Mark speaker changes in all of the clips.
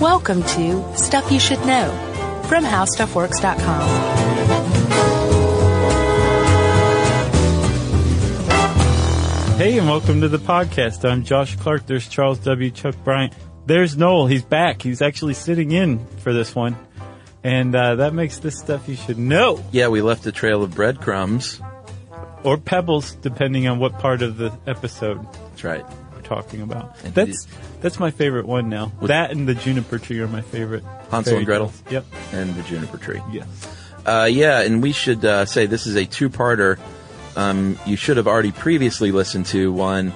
Speaker 1: Welcome to Stuff You Should Know from HowStuffWorks.com.
Speaker 2: Hey, and welcome to the podcast. I'm Josh Clark. There's Charles W. Chuck Bryant. There's Noel. He's back. He's actually sitting in for this one. And uh, that makes this stuff you should know,
Speaker 3: Yeah, we left a trail of breadcrumbs.
Speaker 2: or pebbles, depending on what part of the episode
Speaker 3: That's right.
Speaker 2: we're talking about.
Speaker 3: And
Speaker 2: That's that's my favorite one now.
Speaker 3: With-
Speaker 2: that and the juniper tree are my favorite.
Speaker 3: Hansel and
Speaker 2: fairy
Speaker 3: Gretel.
Speaker 2: tales. Yep.
Speaker 3: And the juniper tree.
Speaker 2: Yes.
Speaker 3: Uh, yeah, and we should uh, say this is a two-parter. Um, you should have already previously listened to one.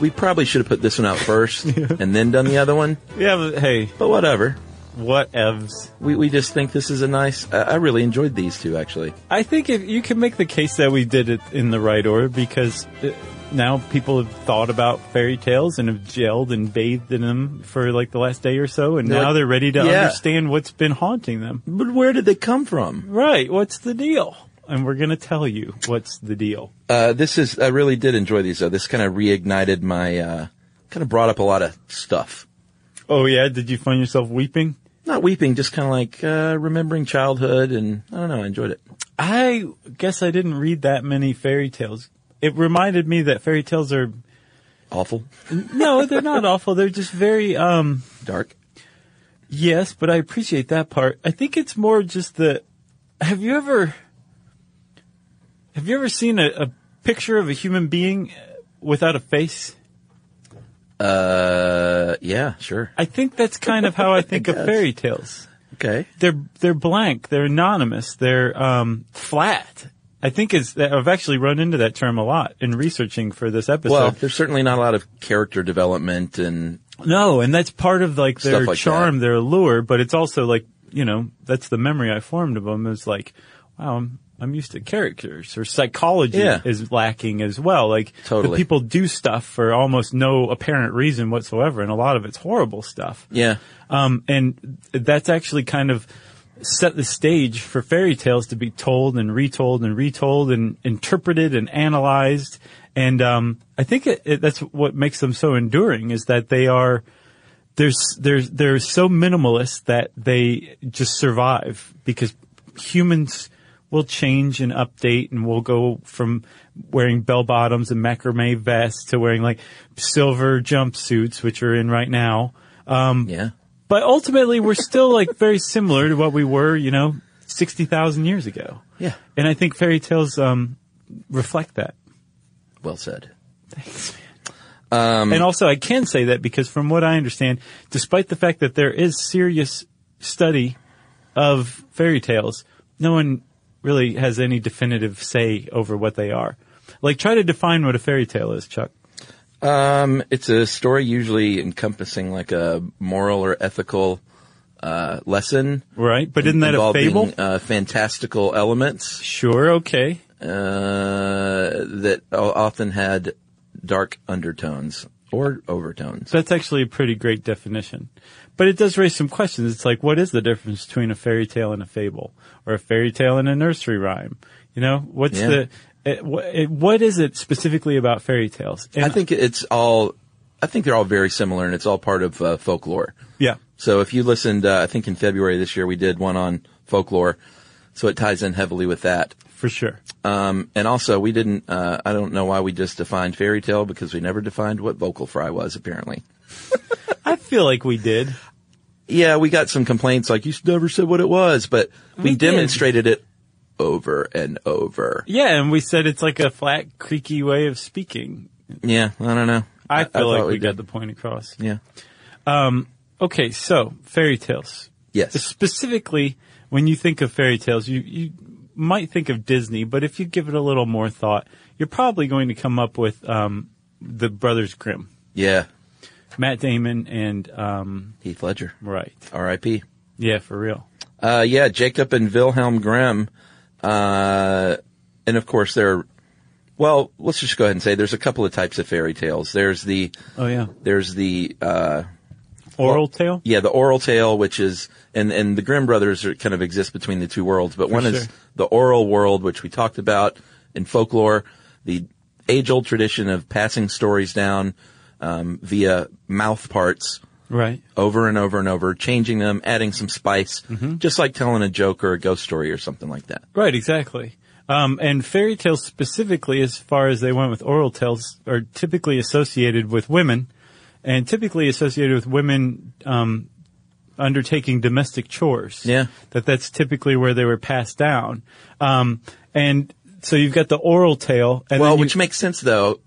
Speaker 3: We probably should have put this one out first and then done the other one,
Speaker 2: Yeah. But hey,
Speaker 3: but whatever.
Speaker 2: what evs?
Speaker 3: We, we just think this is a nice. I I really enjoyed these two, actually.
Speaker 2: I think if you can make the case that we did it in the right order because uh, now people have thought about fairy tales and have gelled and bathed in them for like the last day or so, and
Speaker 3: They're
Speaker 2: now
Speaker 3: like,
Speaker 2: they're ready to
Speaker 3: "Yeah."
Speaker 2: understand what's been haunting them.
Speaker 3: But where did they come from?
Speaker 2: Right, what's the deal? And we're going to tell you what's the deal.
Speaker 3: Uh, this is. I really did enjoy these, though. This kind of reignited my. Uh, kind of brought up a lot of stuff.
Speaker 2: Oh, yeah, did you find yourself weeping?
Speaker 3: Not weeping, just kind of like uh, remembering childhood, and I don't know. I enjoyed it.
Speaker 2: I guess I didn't read that many fairy tales. It reminded me that fairy tales are
Speaker 3: Awful.
Speaker 2: no, they're not awful. They're just very um
Speaker 3: Dark.
Speaker 2: Yes, but I appreciate that part. I think it's more just the. Have you ever? Have you ever seen a, a picture of a human being without a face?
Speaker 3: Uh, yeah, sure.
Speaker 2: I think that's kind of how I think of fairy tales.
Speaker 3: Okay.
Speaker 2: They're they're blank. They're anonymous. They're um, flat. I think is I've actually run into that term a lot in researching for this episode.
Speaker 3: Well, there's certainly not a lot of character development, and
Speaker 2: No, and that's part of like their
Speaker 3: Stuff like
Speaker 2: charm, their allure, but it's also like, you know, that's the memory I formed of them is like, wow, I'm, I'm used to characters or psychology
Speaker 3: Yeah.
Speaker 2: is lacking as well. Like the
Speaker 3: Totally.
Speaker 2: people do stuff for almost no apparent reason whatsoever. And a lot of it's horrible stuff.
Speaker 3: yeah,
Speaker 2: Um, and that's actually kind of set the stage for fairy tales to be told and retold and retold and interpreted and analyzed. And um, I think it, it, that's what makes them so enduring is that they are they're, s- they're, they're so minimalist that they just survive because humans will change and update and we'll go from wearing bell bottoms and macrame vests to wearing like silver jumpsuits, which are in right now.
Speaker 3: yeah.
Speaker 2: But ultimately, we're still like very similar to what we were, you know, 60,000 years ago.
Speaker 3: Yeah.
Speaker 2: And I think fairy tales, um, reflect that.
Speaker 3: Well said.
Speaker 2: and also, I can say that because from what I understand, despite the fact that there is serious study of fairy tales, no one really has any definitive say over what they are. Like, try to define what a fairy tale is, Chuck.
Speaker 3: Um, it's a story usually encompassing like a moral or ethical uh, lesson.
Speaker 2: Right? But isn't that a
Speaker 3: involving,
Speaker 2: fable?
Speaker 3: Uh, fantastical elements
Speaker 2: Sure, okay.
Speaker 3: uh, that o- often had dark undertones or overtones.
Speaker 2: So that's actually a pretty great definition. But it does raise some questions. It's like, what is the difference between a fairy tale and a fable? Or a fairy tale and a nursery rhyme? You know, what's
Speaker 3: Yeah.
Speaker 2: the, it, wha- it, what is it specifically about fairy tales? And-
Speaker 3: I think it's all. I think they're all very similar, and it's all part of uh, folklore.
Speaker 2: yeah.
Speaker 3: So if you listened, uh, I think in February this year we did one on folklore, so it ties in heavily with that.
Speaker 2: For sure.
Speaker 3: Um, and also we didn't. Uh, I don't know why we just defined fairy tale because we never defined what vocal fry was apparently.
Speaker 2: I feel like we did.
Speaker 3: Yeah, we got some complaints like you never said what it was, but we,
Speaker 2: We did.
Speaker 3: demonstrated it over and over.
Speaker 2: Yeah, and we said it's like a flat, creaky way of speaking.
Speaker 3: Yeah, I don't know.
Speaker 2: I feel like
Speaker 3: thought
Speaker 2: we, got
Speaker 3: did.
Speaker 2: the point across.
Speaker 3: Yeah.
Speaker 2: Okay, so fairy tales.
Speaker 3: Yes.
Speaker 2: specifically when you think of fairy tales, you, you might think of Disney, but if you give it a little more thought, you're probably going to come up with um, the Brothers Grimm,
Speaker 3: Yeah.
Speaker 2: Matt Damon, and um,
Speaker 3: Heath Ledger.
Speaker 2: right,
Speaker 3: R.I.P.
Speaker 2: yeah, for real.
Speaker 3: Uh, yeah, Jacob and Wilhelm Grimm. Uh, and of course there are, well, let's just go ahead and say there's a couple of types of fairy tales. There's the,
Speaker 2: Oh yeah,
Speaker 3: there's the, uh,
Speaker 2: oral tale.
Speaker 3: yeah, the oral tale, which is, and, and the Grimm brothers are, kind of exist between the two worlds, but one is
Speaker 2: sure.
Speaker 3: the oral world, which we talked about in folklore, the age old tradition of passing stories down, um, via mouth parts
Speaker 2: Right.
Speaker 3: over and over and over, changing them, adding some spice, just like telling a joke or a ghost story or something like that.
Speaker 2: Right, exactly. Um, and fairy tales specifically, as far as they went with oral tales, are typically associated with women, and typically associated with women um, undertaking domestic chores.
Speaker 3: Yeah.
Speaker 2: that that's typically where they were passed down. Um, and so you've got the oral tale, and
Speaker 3: well,
Speaker 2: then you-
Speaker 3: which makes sense though.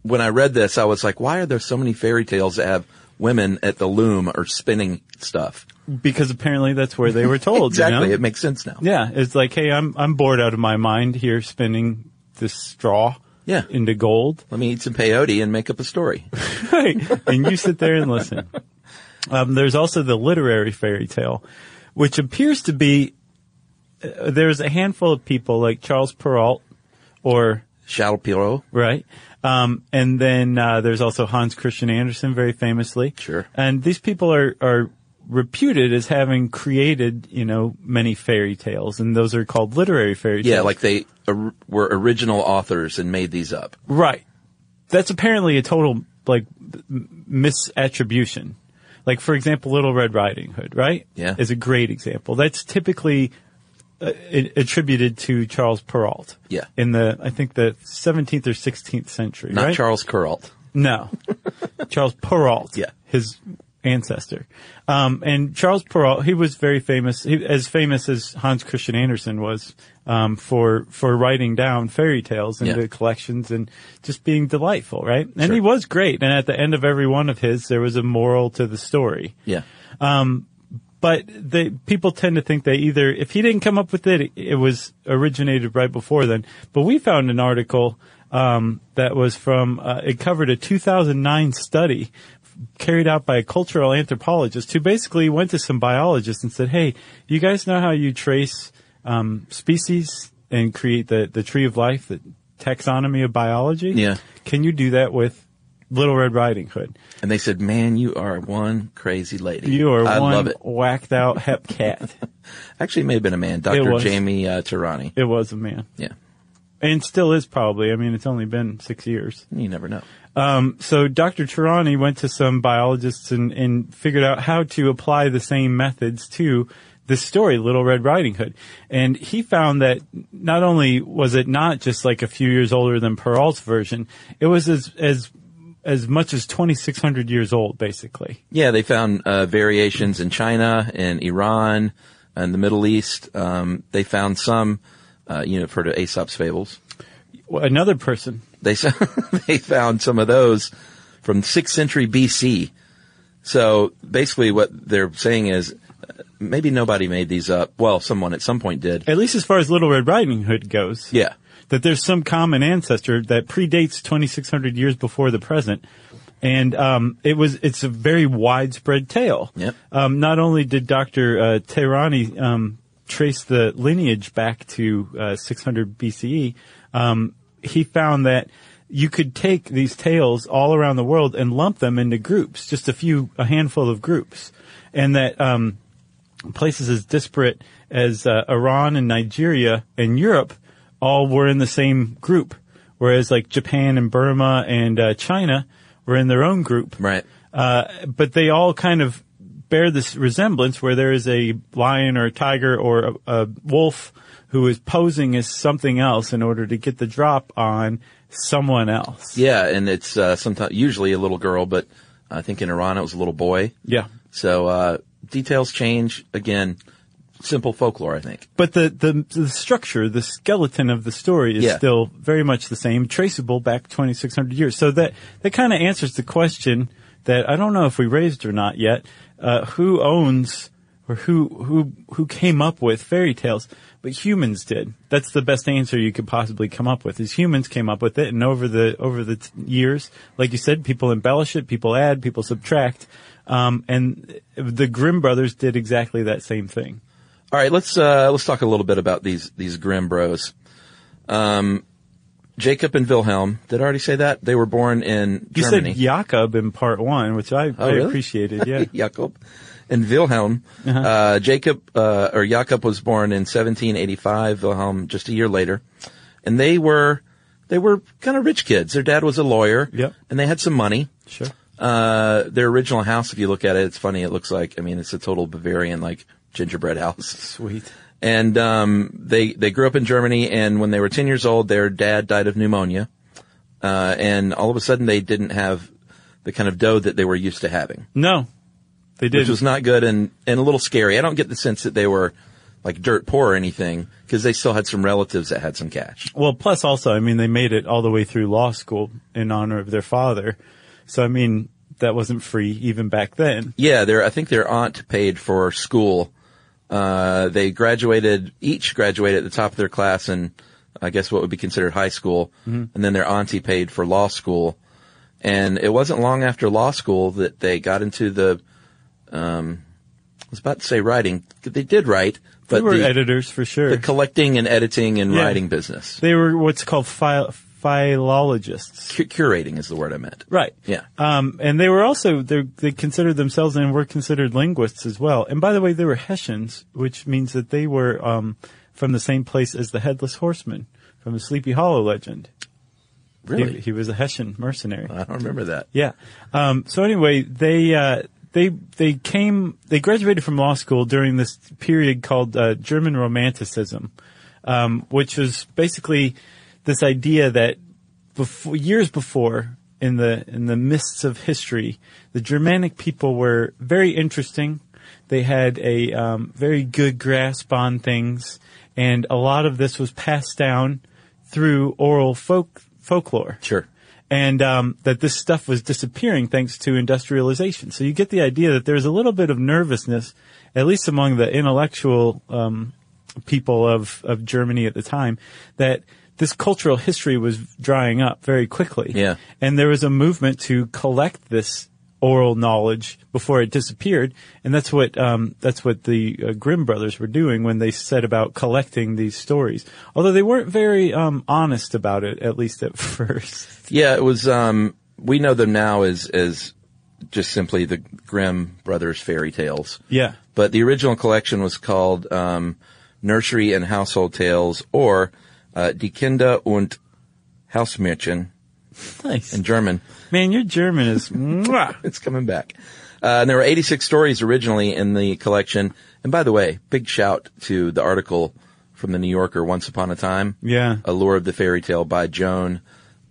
Speaker 3: When I read this, I was like, why are there so many fairy tales that have women at the loom or spinning stuff?
Speaker 2: because apparently that's where they were told. you know?
Speaker 3: Exactly. It makes sense now.
Speaker 2: Yeah, it's like, hey, I'm I'm bored out of my mind here, spinning this straw
Speaker 3: Yeah.
Speaker 2: into gold.
Speaker 3: Let me eat some peyote and make up a story.
Speaker 2: right. And you sit there and listen. Um, there's also the literary fairy tale, which appears to be uh, there's a handful of people like Charles Perrault or
Speaker 3: Charles Perrault.
Speaker 2: right. Um, and then uh, there's also Hans Christian Andersen, very famously.
Speaker 3: Sure.
Speaker 2: And these people are are reputed as having created, you know, many fairy tales, and those are called literary fairy tales.
Speaker 3: Yeah, like they or- were original authors and made these up.
Speaker 2: Right. That's apparently a total like m- misattribution. Like for example, Little Red Riding Hood, right?
Speaker 3: Yeah.
Speaker 2: is a great example. That's typically uh, i- attributed to Charles Perrault.
Speaker 3: Yeah.
Speaker 2: in the I think the 17th or 16th century.
Speaker 3: Not
Speaker 2: right?
Speaker 3: Charles Perrault.
Speaker 2: No. Charles Perrault.
Speaker 3: Yeah.
Speaker 2: His ancestor. Um, and Charles Perrault, he was very famous, he, as famous as Hans Christian Andersen was, um, for, for writing down fairy tales into
Speaker 3: Yeah.
Speaker 2: collections and just being delightful, right? And he
Speaker 3: Sure.
Speaker 2: was great. And at the end of every one of his, there was a moral to the story.
Speaker 3: Yeah.
Speaker 2: But they, people tend to think they either, if he didn't come up with it, it, was originated right before then. But we found an article um, that was from, uh, it covered a 2009 study carried out by a cultural anthropologist who basically went to some biologists and said, hey, you guys know how you trace um, species and create the, the tree of life, the taxonomy of biology?
Speaker 3: Yeah.
Speaker 2: Can you do that with Little Red Riding Hood?
Speaker 3: And they said, man, you are one crazy lady.
Speaker 2: You are
Speaker 3: I
Speaker 2: one
Speaker 3: love it.
Speaker 2: whacked out hep cat.
Speaker 3: Actually, it may have been a man,
Speaker 2: It
Speaker 3: Dr.
Speaker 2: was.
Speaker 3: Jamie uh, Tarani.
Speaker 2: It was a man.
Speaker 3: Yeah.
Speaker 2: And still is probably. I mean, it's only been six years.
Speaker 3: You never know.
Speaker 2: Um, so Dr. Chirani went to some biologists and, and figured out how to apply the same methods to this story, Little Red Riding Hood. And he found that not only was it not just like a few years older than Perrault's version, it was as, as, as much as 2,600 years old, basically.
Speaker 3: Yeah, they found uh, variations in China, in Iran, and the Middle East. Um, they found some, uh, you know, for the Aesop's fables.
Speaker 2: Another person.
Speaker 3: They s- they found some of those from sixth century BC. So basically, what they're saying is uh, maybe nobody made these up. Well, someone at some point did.
Speaker 2: At least as far as Little Red Riding Hood goes.
Speaker 3: Yeah,
Speaker 2: that there's some common ancestor that predates 2,600 years before the present. And um, it was it's a very widespread tale.
Speaker 3: Yep.
Speaker 2: Um, not only did Dr. Uh, Tehrani um, trace the lineage back to uh, 600 BCE, um, he found that you could take these tales all around the world and lump them into groups, just a few, a handful of groups, and that um, places as disparate as uh, Iran and Nigeria and Europe all were in the same group, whereas like Japan and Burma and uh, China were in their own group.
Speaker 3: right.
Speaker 2: Uh, but they all kind of bear this resemblance where there is a lion or a tiger or a, a wolf who is posing as something else in order to get the drop on someone else.
Speaker 3: Yeah, and it's uh, sometimes usually a little girl, but I think in Iran it was a little boy.
Speaker 2: Yeah.
Speaker 3: So uh, details change again. Simple folklore, I think.
Speaker 2: But the, the the structure, the skeleton of the story is
Speaker 3: Yeah.
Speaker 2: still very much the same, traceable back 2,600 years. So that that kind of answers the question that I don't know if we raised or not yet. Uh, who owns or who who who came up with fairy tales? But humans did. That's the best answer you could possibly come up with. Is humans came up with it, and over the over the t- years, like you said, people embellish it, people add, people subtract, um, and the Grimm brothers did exactly that same thing.
Speaker 3: All right, let's uh, let's talk a little bit about these these Grimm bros. Um, Jacob and Wilhelm. Did I already say that they were born in
Speaker 2: You
Speaker 3: Germany? Oh,
Speaker 2: said Jakob in part one, which I, I
Speaker 3: really?
Speaker 2: appreciated. Yeah.
Speaker 3: Jacob and Wilhelm.
Speaker 2: Uh-huh.
Speaker 3: uh Jacob uh, or Jacob was born in 1785. Wilhelm just a year later, and they were they were kind of rich kids. Their dad was a lawyer.
Speaker 2: Yep.
Speaker 3: and they had some money.
Speaker 2: sure.
Speaker 3: Uh, their original house, if you look at it, it's funny. It looks like, I mean, it's a total Bavarian, like, gingerbread house.
Speaker 2: Sweet.
Speaker 3: And, um, they, they grew up in Germany and when they were 10 years old, their dad died of pneumonia. Uh, and all of a sudden they didn't have the kind of dough that they were used to having,
Speaker 2: No, they
Speaker 3: which
Speaker 2: did.
Speaker 3: was not good and, and a little scary. I don't get the sense that they were like dirt poor or anything because they still had some relatives that had some cash.
Speaker 2: Well, plus also, I mean, they made it all the way through law school in honor of their father. So, I mean, that wasn't free even back then.
Speaker 3: Yeah, their I think their aunt paid for school. Uh, they graduated each graduated at the top of their class in I guess what would be considered high school,
Speaker 2: Mm-hmm.
Speaker 3: and then their auntie paid for law school. And it wasn't long after law school that they got into the. Um, I was about to say writing. They did write, but
Speaker 2: they were
Speaker 3: the,
Speaker 2: editors for sure.
Speaker 3: the collecting and editing and
Speaker 2: Yeah.
Speaker 3: writing business.
Speaker 2: they were what's called phy- philologists.
Speaker 3: Cu- curating is the word I meant.
Speaker 2: Right.
Speaker 3: Yeah.
Speaker 2: Um, and they were also, they're- they considered themselves and were considered linguists as well. And by the way, they were Hessians, which means that they were, um, from the same place as the Headless Horseman from the Sleepy Hollow legend. He-
Speaker 3: Really?
Speaker 2: He, was a Hessian mercenary.
Speaker 3: I don't remember that.
Speaker 2: Yeah. Um, so anyway, they uh, they they came. They graduated from law school during this period called uh, German Romanticism, um, which was basically this idea that before, years before, in the in the mists of history, the Germanic people were very interesting. They had a um, very good grasp on things, and a lot of this was passed down through oral folk folklore
Speaker 3: Sure.
Speaker 2: and um, that this stuff was disappearing thanks to industrialization. So you get the idea that there's a little bit of nervousness, at least among the intellectual um, people of of Germany at the time, that this cultural history was drying up very quickly.
Speaker 3: Yeah.
Speaker 2: and there was a movement to collect this oral knowledge before it disappeared, and that's what um, that's what the uh, Grimm brothers were doing when they set about collecting these stories. Although they weren't very um, honest about it, at least at first.
Speaker 3: Yeah, it was. Um, we know them now as as just simply the Grimm brothers fairy tales.
Speaker 2: Yeah.
Speaker 3: But the original collection was called um, Nursery and Household Tales, or uh, Die Kinder und Hausmärchen
Speaker 2: Nice.
Speaker 3: in German.
Speaker 2: Man, your German is mwah.
Speaker 3: It's coming back. Uh, and there were 86 stories originally in the collection. And by the way, big shout to the article from the New Yorker Once Upon a Time.
Speaker 2: Yeah.
Speaker 3: A Lure of the Fairy Tale by Joan.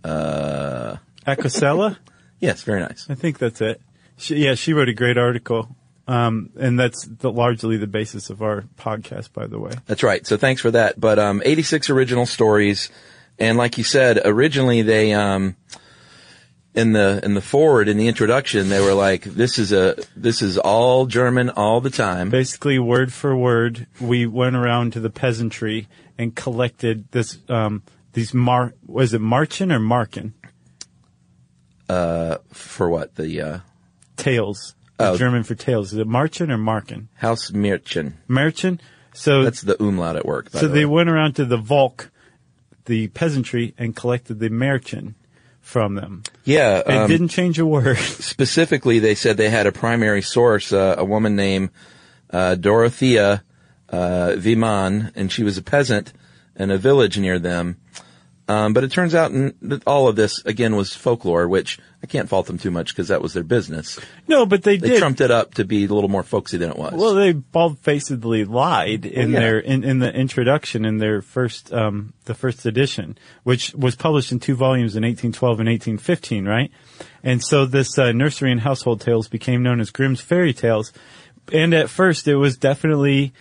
Speaker 3: Uh,
Speaker 2: Acosella?
Speaker 3: yes, very nice.
Speaker 2: I think that's it. She, yeah, she wrote a great article. Um, and that's the, largely the basis of our podcast, by the way.
Speaker 3: That's right. So thanks for that. But um, 86 original stories, and like you said, originally they um, in the in the forward in the introduction they were like, "This is a this is all German all the time."
Speaker 2: Basically, word for word, we went around to the peasantry and collected this, um, these mar, was it marchin or markin?
Speaker 3: For what the uh,
Speaker 2: Tales. The
Speaker 3: Oh.
Speaker 2: German for tails. Is it marchin or markin?
Speaker 3: House Märchen.
Speaker 2: Märchen? So
Speaker 3: That's the umlaut at work. By
Speaker 2: So
Speaker 3: the
Speaker 2: they
Speaker 3: way.
Speaker 2: went around to the Volk, the peasantry, and collected the Märchen from them.
Speaker 3: yeah.
Speaker 2: They
Speaker 3: um,
Speaker 2: didn't change a word.
Speaker 3: specifically, they said they had a primary source, uh, a woman named uh, Dorothea uh, Viman, and she was a peasant in a village near them. Um, but it turns out n- that all of this again was folklore, which I can't fault them too much because that was their business.
Speaker 2: no, but they,
Speaker 3: They
Speaker 2: did.
Speaker 3: trumped it up to be a little more folksy than it was.
Speaker 2: well, they bald-facedly lied in
Speaker 3: Well, yeah.
Speaker 2: their in, in the introduction in their first um, the first edition, which was published in two volumes in 1812 and 1815, right? And so this uh, nursery and household tales became known as Grimm's fairy tales, and at first it was definitely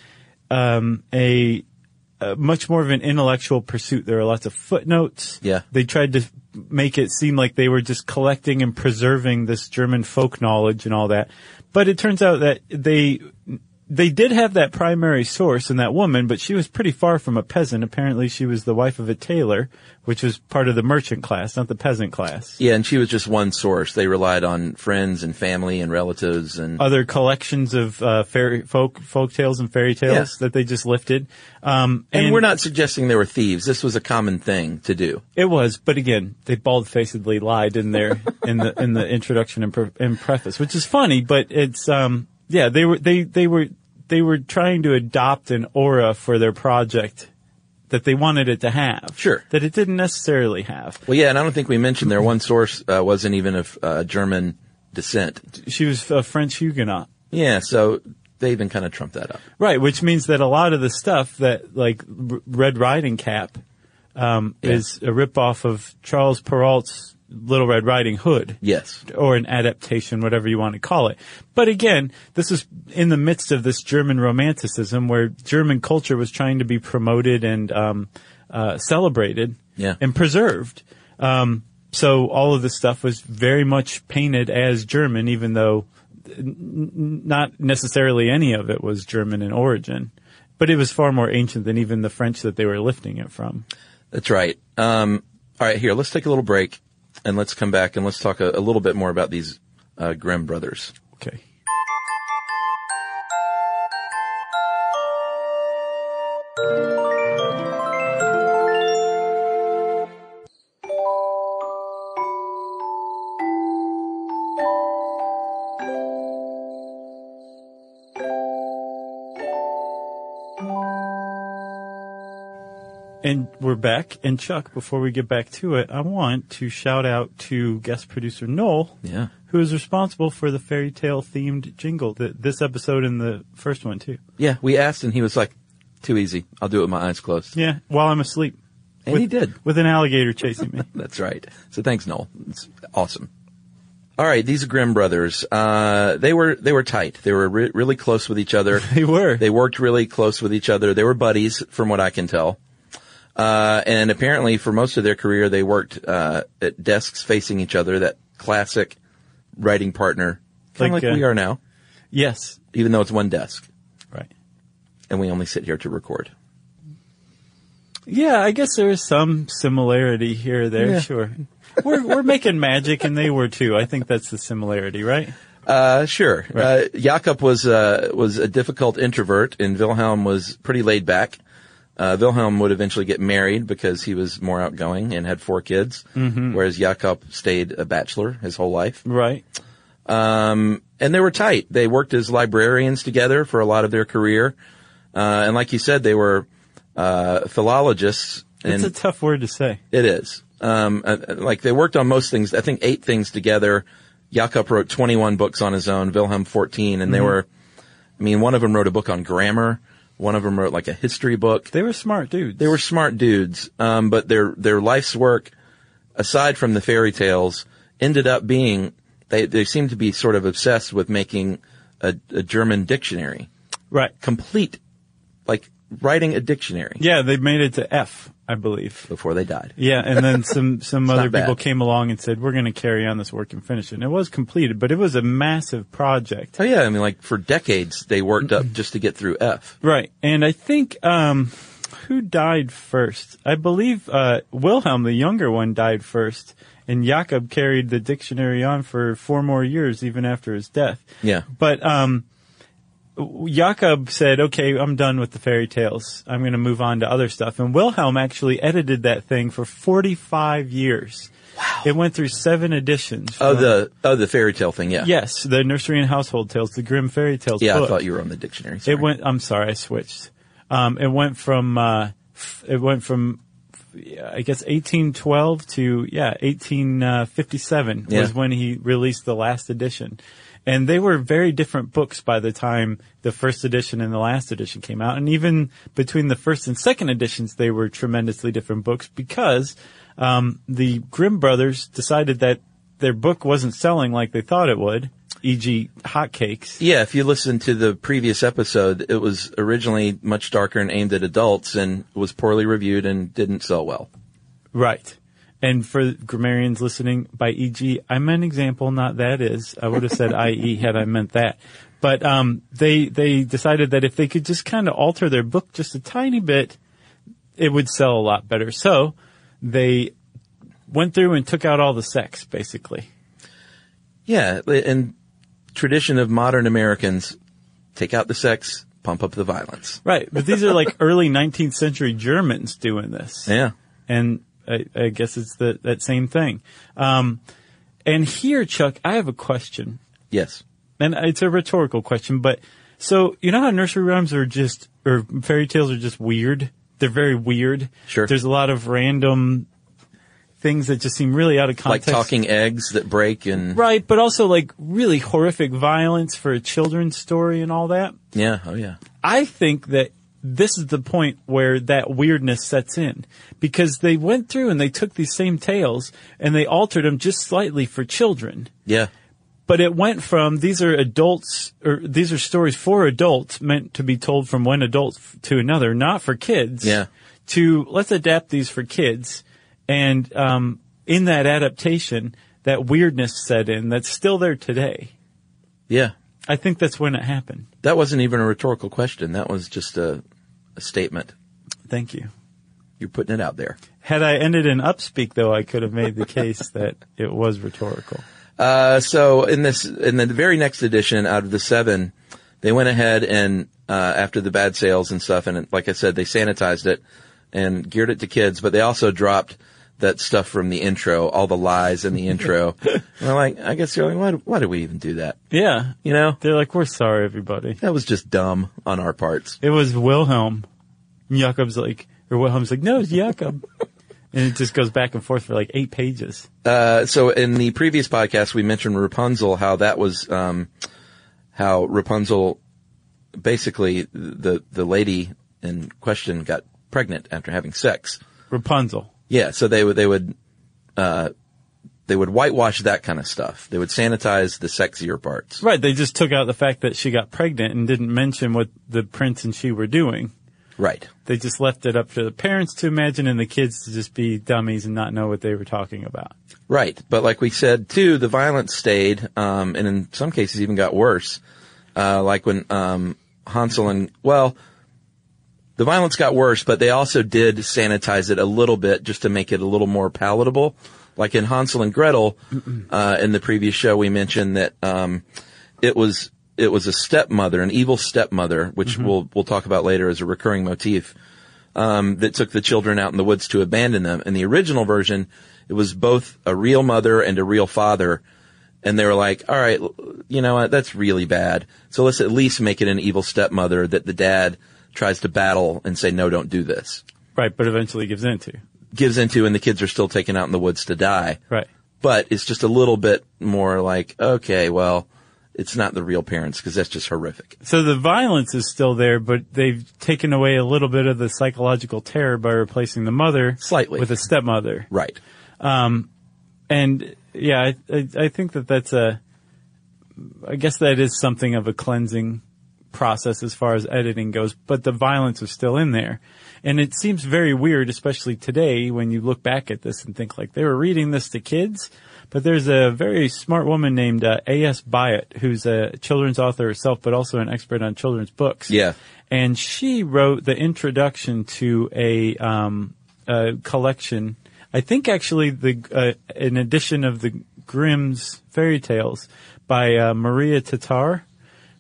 Speaker 2: um, a much more of an intellectual pursuit. There are lots of footnotes.
Speaker 3: Yeah.
Speaker 2: They tried to make it seem like they were just collecting and preserving this German folk knowledge and all that. But it turns out that they, they did have that primary source in that woman, but she was pretty far from a peasant. Apparently she was the wife of a tailor, which was part of the merchant class, not the peasant class.
Speaker 3: yeah, and she was just one source. They relied on friends and family and relatives and
Speaker 2: Other collections of uh, fairy folk folk tales and fairy tales
Speaker 3: Yeah.
Speaker 2: that they just lifted, um,
Speaker 3: and, we're not suggesting they were thieves. This was a common thing to do.
Speaker 2: It was, but again, they bald-facedly lied in their in the in the introduction and, pre- and preface, which is funny, but it's um yeah they were they they were they were trying to adopt an aura for their project that they wanted it to have,
Speaker 3: Sure.
Speaker 2: that it didn't necessarily have.
Speaker 3: Well, yeah, and I don't think we mentioned their one source uh, wasn't even a, f- a German descent.
Speaker 2: She was a French Huguenot.
Speaker 3: Yeah, so they even kind of trumped that up.
Speaker 2: Right, which means that a lot of the stuff that, like R- Red Riding Cap, um,
Speaker 3: Yeah.
Speaker 2: is a ripoff of Charles Perrault's Little Red Riding Hood.
Speaker 3: Yes.
Speaker 2: Or an adaptation, whatever you want to call it. But again, this is in the midst of this German romanticism where German culture was trying to be promoted and um, uh, celebrated
Speaker 3: Yeah.
Speaker 2: and preserved. Um, so all of this stuff was very much painted as German, even though not necessarily any of it was German in origin, but it was far more ancient than even the French that they were lifting it from.
Speaker 3: That's right. Um, all right, here, let's take a little break and let's come back and let's talk a, a little bit more about these uh, Grimm brothers.
Speaker 2: Okay. And we're back. And Chuck, before we get back to it, I want to shout out to guest producer Noel
Speaker 3: Yeah.
Speaker 2: who is responsible for the fairy tale themed jingle th- this episode and the first one too.
Speaker 3: Yeah, we asked and he was like, too easy. I'll do it with my eyes closed.
Speaker 2: Yeah, while I'm asleep.
Speaker 3: And he did.
Speaker 2: with an alligator chasing me.
Speaker 3: That's right. So thanks, Noel. It's awesome. All right, these Grimm brothers. Uh, they were they were tight. They were re- really close with each other.
Speaker 2: They were.
Speaker 3: They worked really close with each other. They were buddies, from what I can tell. Uh, and apparently, for most of their career, they worked uh, at desks facing each other. That classic writing partner, kind of
Speaker 2: Like,
Speaker 3: like,
Speaker 2: uh,
Speaker 3: we are now,
Speaker 2: yes,
Speaker 3: even though it's one desk
Speaker 2: right.
Speaker 3: and we only sit here to record.
Speaker 2: Yeah, I guess there is some similarity here or there.
Speaker 3: Yeah.
Speaker 2: Sure, we're we're making magic, and they were too. I think that's the similarity, right?
Speaker 3: Uh, sure. Uh, Jakob was, uh, was a difficult introvert and Wilhelm was pretty laid back. Uh, Wilhelm would eventually get married because he was more outgoing and had four kids,
Speaker 2: Mm-hmm.
Speaker 3: whereas Jakob stayed a bachelor his whole life.
Speaker 2: Right.
Speaker 3: And they were tight. They worked as librarians together for a lot of their career. Uh, and like you said, they were, uh, philologists.
Speaker 2: It's
Speaker 3: and
Speaker 2: a tough word to say.
Speaker 3: it is. Um, uh, uh, like they worked on most things. I think eight things together. Jakob wrote 21 books on his own, Wilhelm 14,
Speaker 2: Mm-hmm.
Speaker 3: and they were, I mean, one of them wrote a book on grammar. One of them wrote like a history book.
Speaker 2: They were smart dudes.
Speaker 3: They were smart dudes. Um, but their, their life's work, aside from the fairy tales, ended up being, they, they seemed to be sort of obsessed with making a, a German dictionary
Speaker 2: right.
Speaker 3: complete, like writing a dictionary
Speaker 2: Yeah, they made it to F, I believe.
Speaker 3: before they died.
Speaker 2: Yeah, and then some some other
Speaker 3: not bad.
Speaker 2: people came along and said, "We're going to carry on this work and finish it." And it was completed, but it was a massive project.
Speaker 3: Oh yeah, I mean, like for decades they worked up just to get through F.
Speaker 2: Right. And I think, um, who died first? I believe, uh, Wilhelm, the younger one, died first. And Jakob carried the dictionary on for four more years, even after his death.
Speaker 3: Yeah.
Speaker 2: But, um, Jakob said, okay, I'm done with the fairy tales. I'm going to move on to other stuff. And Wilhelm actually edited that thing for 45 years. Wow. It went through seven editions.
Speaker 3: Oh
Speaker 2: from-
Speaker 3: the oh the fairy tale thing, yeah.
Speaker 2: Yes, the Nursery and Household Tales, the Grim Fairy Tales
Speaker 3: Yeah, I
Speaker 2: book.
Speaker 3: thought you were on the dictionary. sorry.
Speaker 2: It went. I'm sorry, I switched. Um, it went from uh, f- it went from yeah, I guess 1812 to yeah 1857
Speaker 3: Yeah.
Speaker 2: was when he released the last edition, and they were very different books by the time the first edition and the last edition came out, and even between the first and second editions they were tremendously different books because um, the Grimm brothers decided that their book wasn't selling like they thought it would, e.g. hotcakes.
Speaker 3: Yeah, if you listen to the previous episode, it was originally much darker and aimed at adults and was poorly reviewed and didn't sell well.
Speaker 2: Right. And for grammarians listening, by e.g., I meant example, not that is. I would have said i.e. had I meant that. But um, they they decided that if they could just kind of alter their book just a tiny bit, it would sell a lot better. So they went through and took out all the sex, basically.
Speaker 3: Yeah, and tradition of modern Americans take out the sex, pump up the violence.
Speaker 2: Right. But these are like early 19th century Germans doing this.
Speaker 3: Yeah.
Speaker 2: and I, I guess it's the, that same thing. Um, and here, Chuck, I have a question.
Speaker 3: Yes.
Speaker 2: and it's a rhetorical question, but so you know how nursery rhymes are just or fairy tales are just weird. They're very weird.
Speaker 3: Sure.
Speaker 2: There's a lot of random things that just seem really out of
Speaker 3: like
Speaker 2: context.
Speaker 3: talking eggs that break and
Speaker 2: Right, but also like really horrific violence for a children's story and all that.
Speaker 3: yeah, oh yeah.
Speaker 2: I think that this is the point where that weirdness sets in because they went through and they took these same tales and they altered them just slightly for children.
Speaker 3: Yeah.
Speaker 2: But it went from these are adults or these are stories for adults meant to be told from one adult f- to another, not for kids.
Speaker 3: Yeah.
Speaker 2: To let's adapt these for kids. And, um, in that adaptation, that weirdness set in that's still there today.
Speaker 3: Yeah.
Speaker 2: I think that's when it happened.
Speaker 3: That wasn't even a rhetorical question. That was just a, a statement.
Speaker 2: Thank you.
Speaker 3: You're putting it out there.
Speaker 2: Had I ended in upspeak, though, I could have made the case that it was rhetorical.
Speaker 3: Uh, so in this, in the very next edition out of the seven, they went ahead and, uh, after the bad sales and stuff, and like I said, they sanitized it and geared it to kids, but they also dropped that stuff from the intro, all the lies in the intro. and I'm like, I guess you're like, why, why do we even do that?
Speaker 2: Yeah.
Speaker 3: You know,
Speaker 2: They're like, we're sorry, everybody.
Speaker 3: that was just dumb on our parts.
Speaker 2: It was Wilhelm. And Jakob's like, or Wilhelm's like, no, it's Jakob. and it just goes back and forth for like eight pages.
Speaker 3: Uh, so in the previous podcast, we mentioned Rapunzel, how that was, um, how Rapunzel, basically the, the lady in question got pregnant after having sex.
Speaker 2: Rapunzel.
Speaker 3: Yeah. So they would, they would, uh, they would whitewash that kind of stuff. They would sanitize the sexier parts.
Speaker 2: Right. They just took out the fact that she got pregnant and didn't mention what the prince and she were doing.
Speaker 3: Right.
Speaker 2: They just left it up to the parents to imagine and the kids to just be dummies and not know what they were talking about.
Speaker 3: Right. But like we said too, the violence stayed, um, and in some cases even got worse. Uh, like when, um, Hansel and, well, the violence got worse, but they also did sanitize it a little bit just to make it a little more palatable. Like in Hansel and Gretel, uh, in the previous show, we mentioned that, um, it was, it was a stepmother, an evil stepmother, which we'll, we'll talk about later as a recurring motif that took the children out in the woods to abandon them. In the original version, it was both a real mother and a real father. And they were like, all right, l- you know what? That's really bad. So let's at least make it an evil stepmother that the dad tries to battle and say, no, don't do this.
Speaker 2: Right. But eventually gives into.
Speaker 3: Gives into and the kids are still taken out in the woods to die.
Speaker 2: Right.
Speaker 3: But it's just a little bit more like, okay, well, it's not the real parents because that's just horrific.
Speaker 2: So the violence is still there, but they've taken away a little bit of the psychological terror by replacing the mother
Speaker 3: Slightly.
Speaker 2: with a stepmother.
Speaker 3: Right.
Speaker 2: And yeah, I, I, I think that that's a, I guess that is something of a cleansing process as far as editing goes, but the violence is still in there. And it seems very weird, especially today when you look back at this and think like they were reading this to kids, but there's a very smart woman named uh, A.S. Byatt who's a children's author herself, but also an expert on children's books.
Speaker 3: Yeah.
Speaker 2: And she wrote the introduction to a, um, a collection. I think actually the, uh, an edition of the Grimm's fairy tales by uh, Maria Tatar,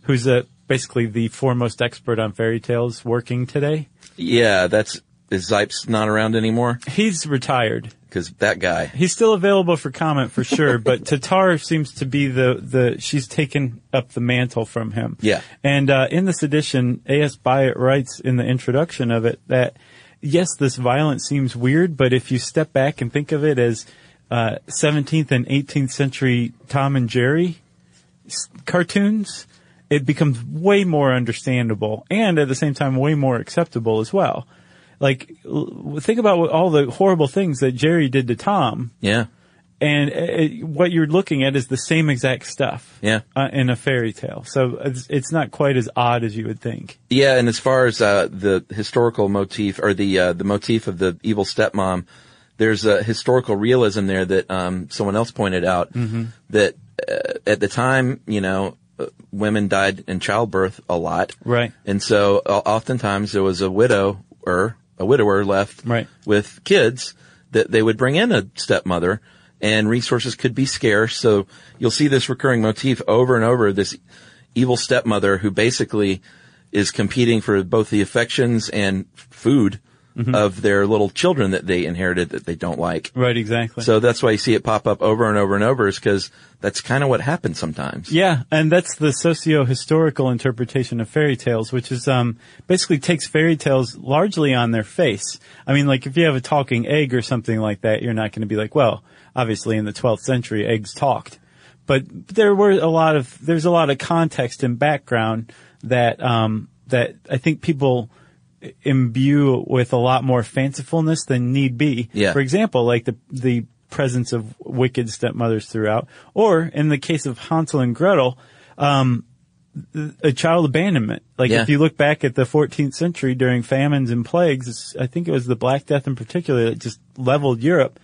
Speaker 2: who's uh basically the foremost expert on fairy tales working today.
Speaker 3: Yeah. That's, is Zipes not around anymore?
Speaker 2: He's retired.
Speaker 3: Because that guy.
Speaker 2: He's still available for comment for sure, but Tatar seems to be the, the, she's taken up the mantle from him.
Speaker 3: Yeah.
Speaker 2: And, uh, in this edition, A.S. Byatt writes in the introduction of it that, yes, this violence seems weird, but if you step back and think of it as, uh, 17th and 18th century Tom and Jerry s- cartoons, it becomes way more understandable and at the same time way more acceptable as well. Like, l- think about what- all the horrible things that Jerry did to Tom
Speaker 3: Yeah.
Speaker 2: and uh, uh, what you're looking at is the same exact stuff.
Speaker 3: Yeah.
Speaker 2: Uh, in a fairy tale. So it's, it's not quite as odd as you would think.
Speaker 3: Yeah, and as far as uh, the historical motif or the uh, the motif of the evil stepmom, there's a historical realism there that um, someone else pointed out that uh, at the time, you know, uh, women died in childbirth a lot,
Speaker 2: Right.
Speaker 3: And so uh, oftentimes there was a widow or a widower left
Speaker 2: Right.
Speaker 3: with kids that they would bring in a stepmother and resources could be scarce. So you'll see this recurring motif over and over, this evil stepmother who basically is competing for both the affections and food
Speaker 2: Mm-hmm.
Speaker 3: of their little children that they inherited that they don't like.
Speaker 2: Right, exactly.
Speaker 3: So that's why you see it pop up over and over and over is because that's kind of what happens sometimes.
Speaker 2: Yeah, and that's the socio-historical interpretation of fairy tales, which is um, basically takes fairy tales largely on their face. I mean, like if you have a talking egg or something like that, you're not going to be like, well, obviously in the 12th century, eggs talked. But there were a lot of there's a lot of context and background that um, that I think people imbue with a lot more fancifulness than need be.
Speaker 3: Yeah.
Speaker 2: For example, like the the presence of wicked stepmothers throughout, or in the case of Hansel and Gretel, um, th- a child abandonment. Like
Speaker 3: Yeah.
Speaker 2: if you look back at the 14th century during famines and plagues, it's- I think it was the Black Death in particular that just leveled Europe.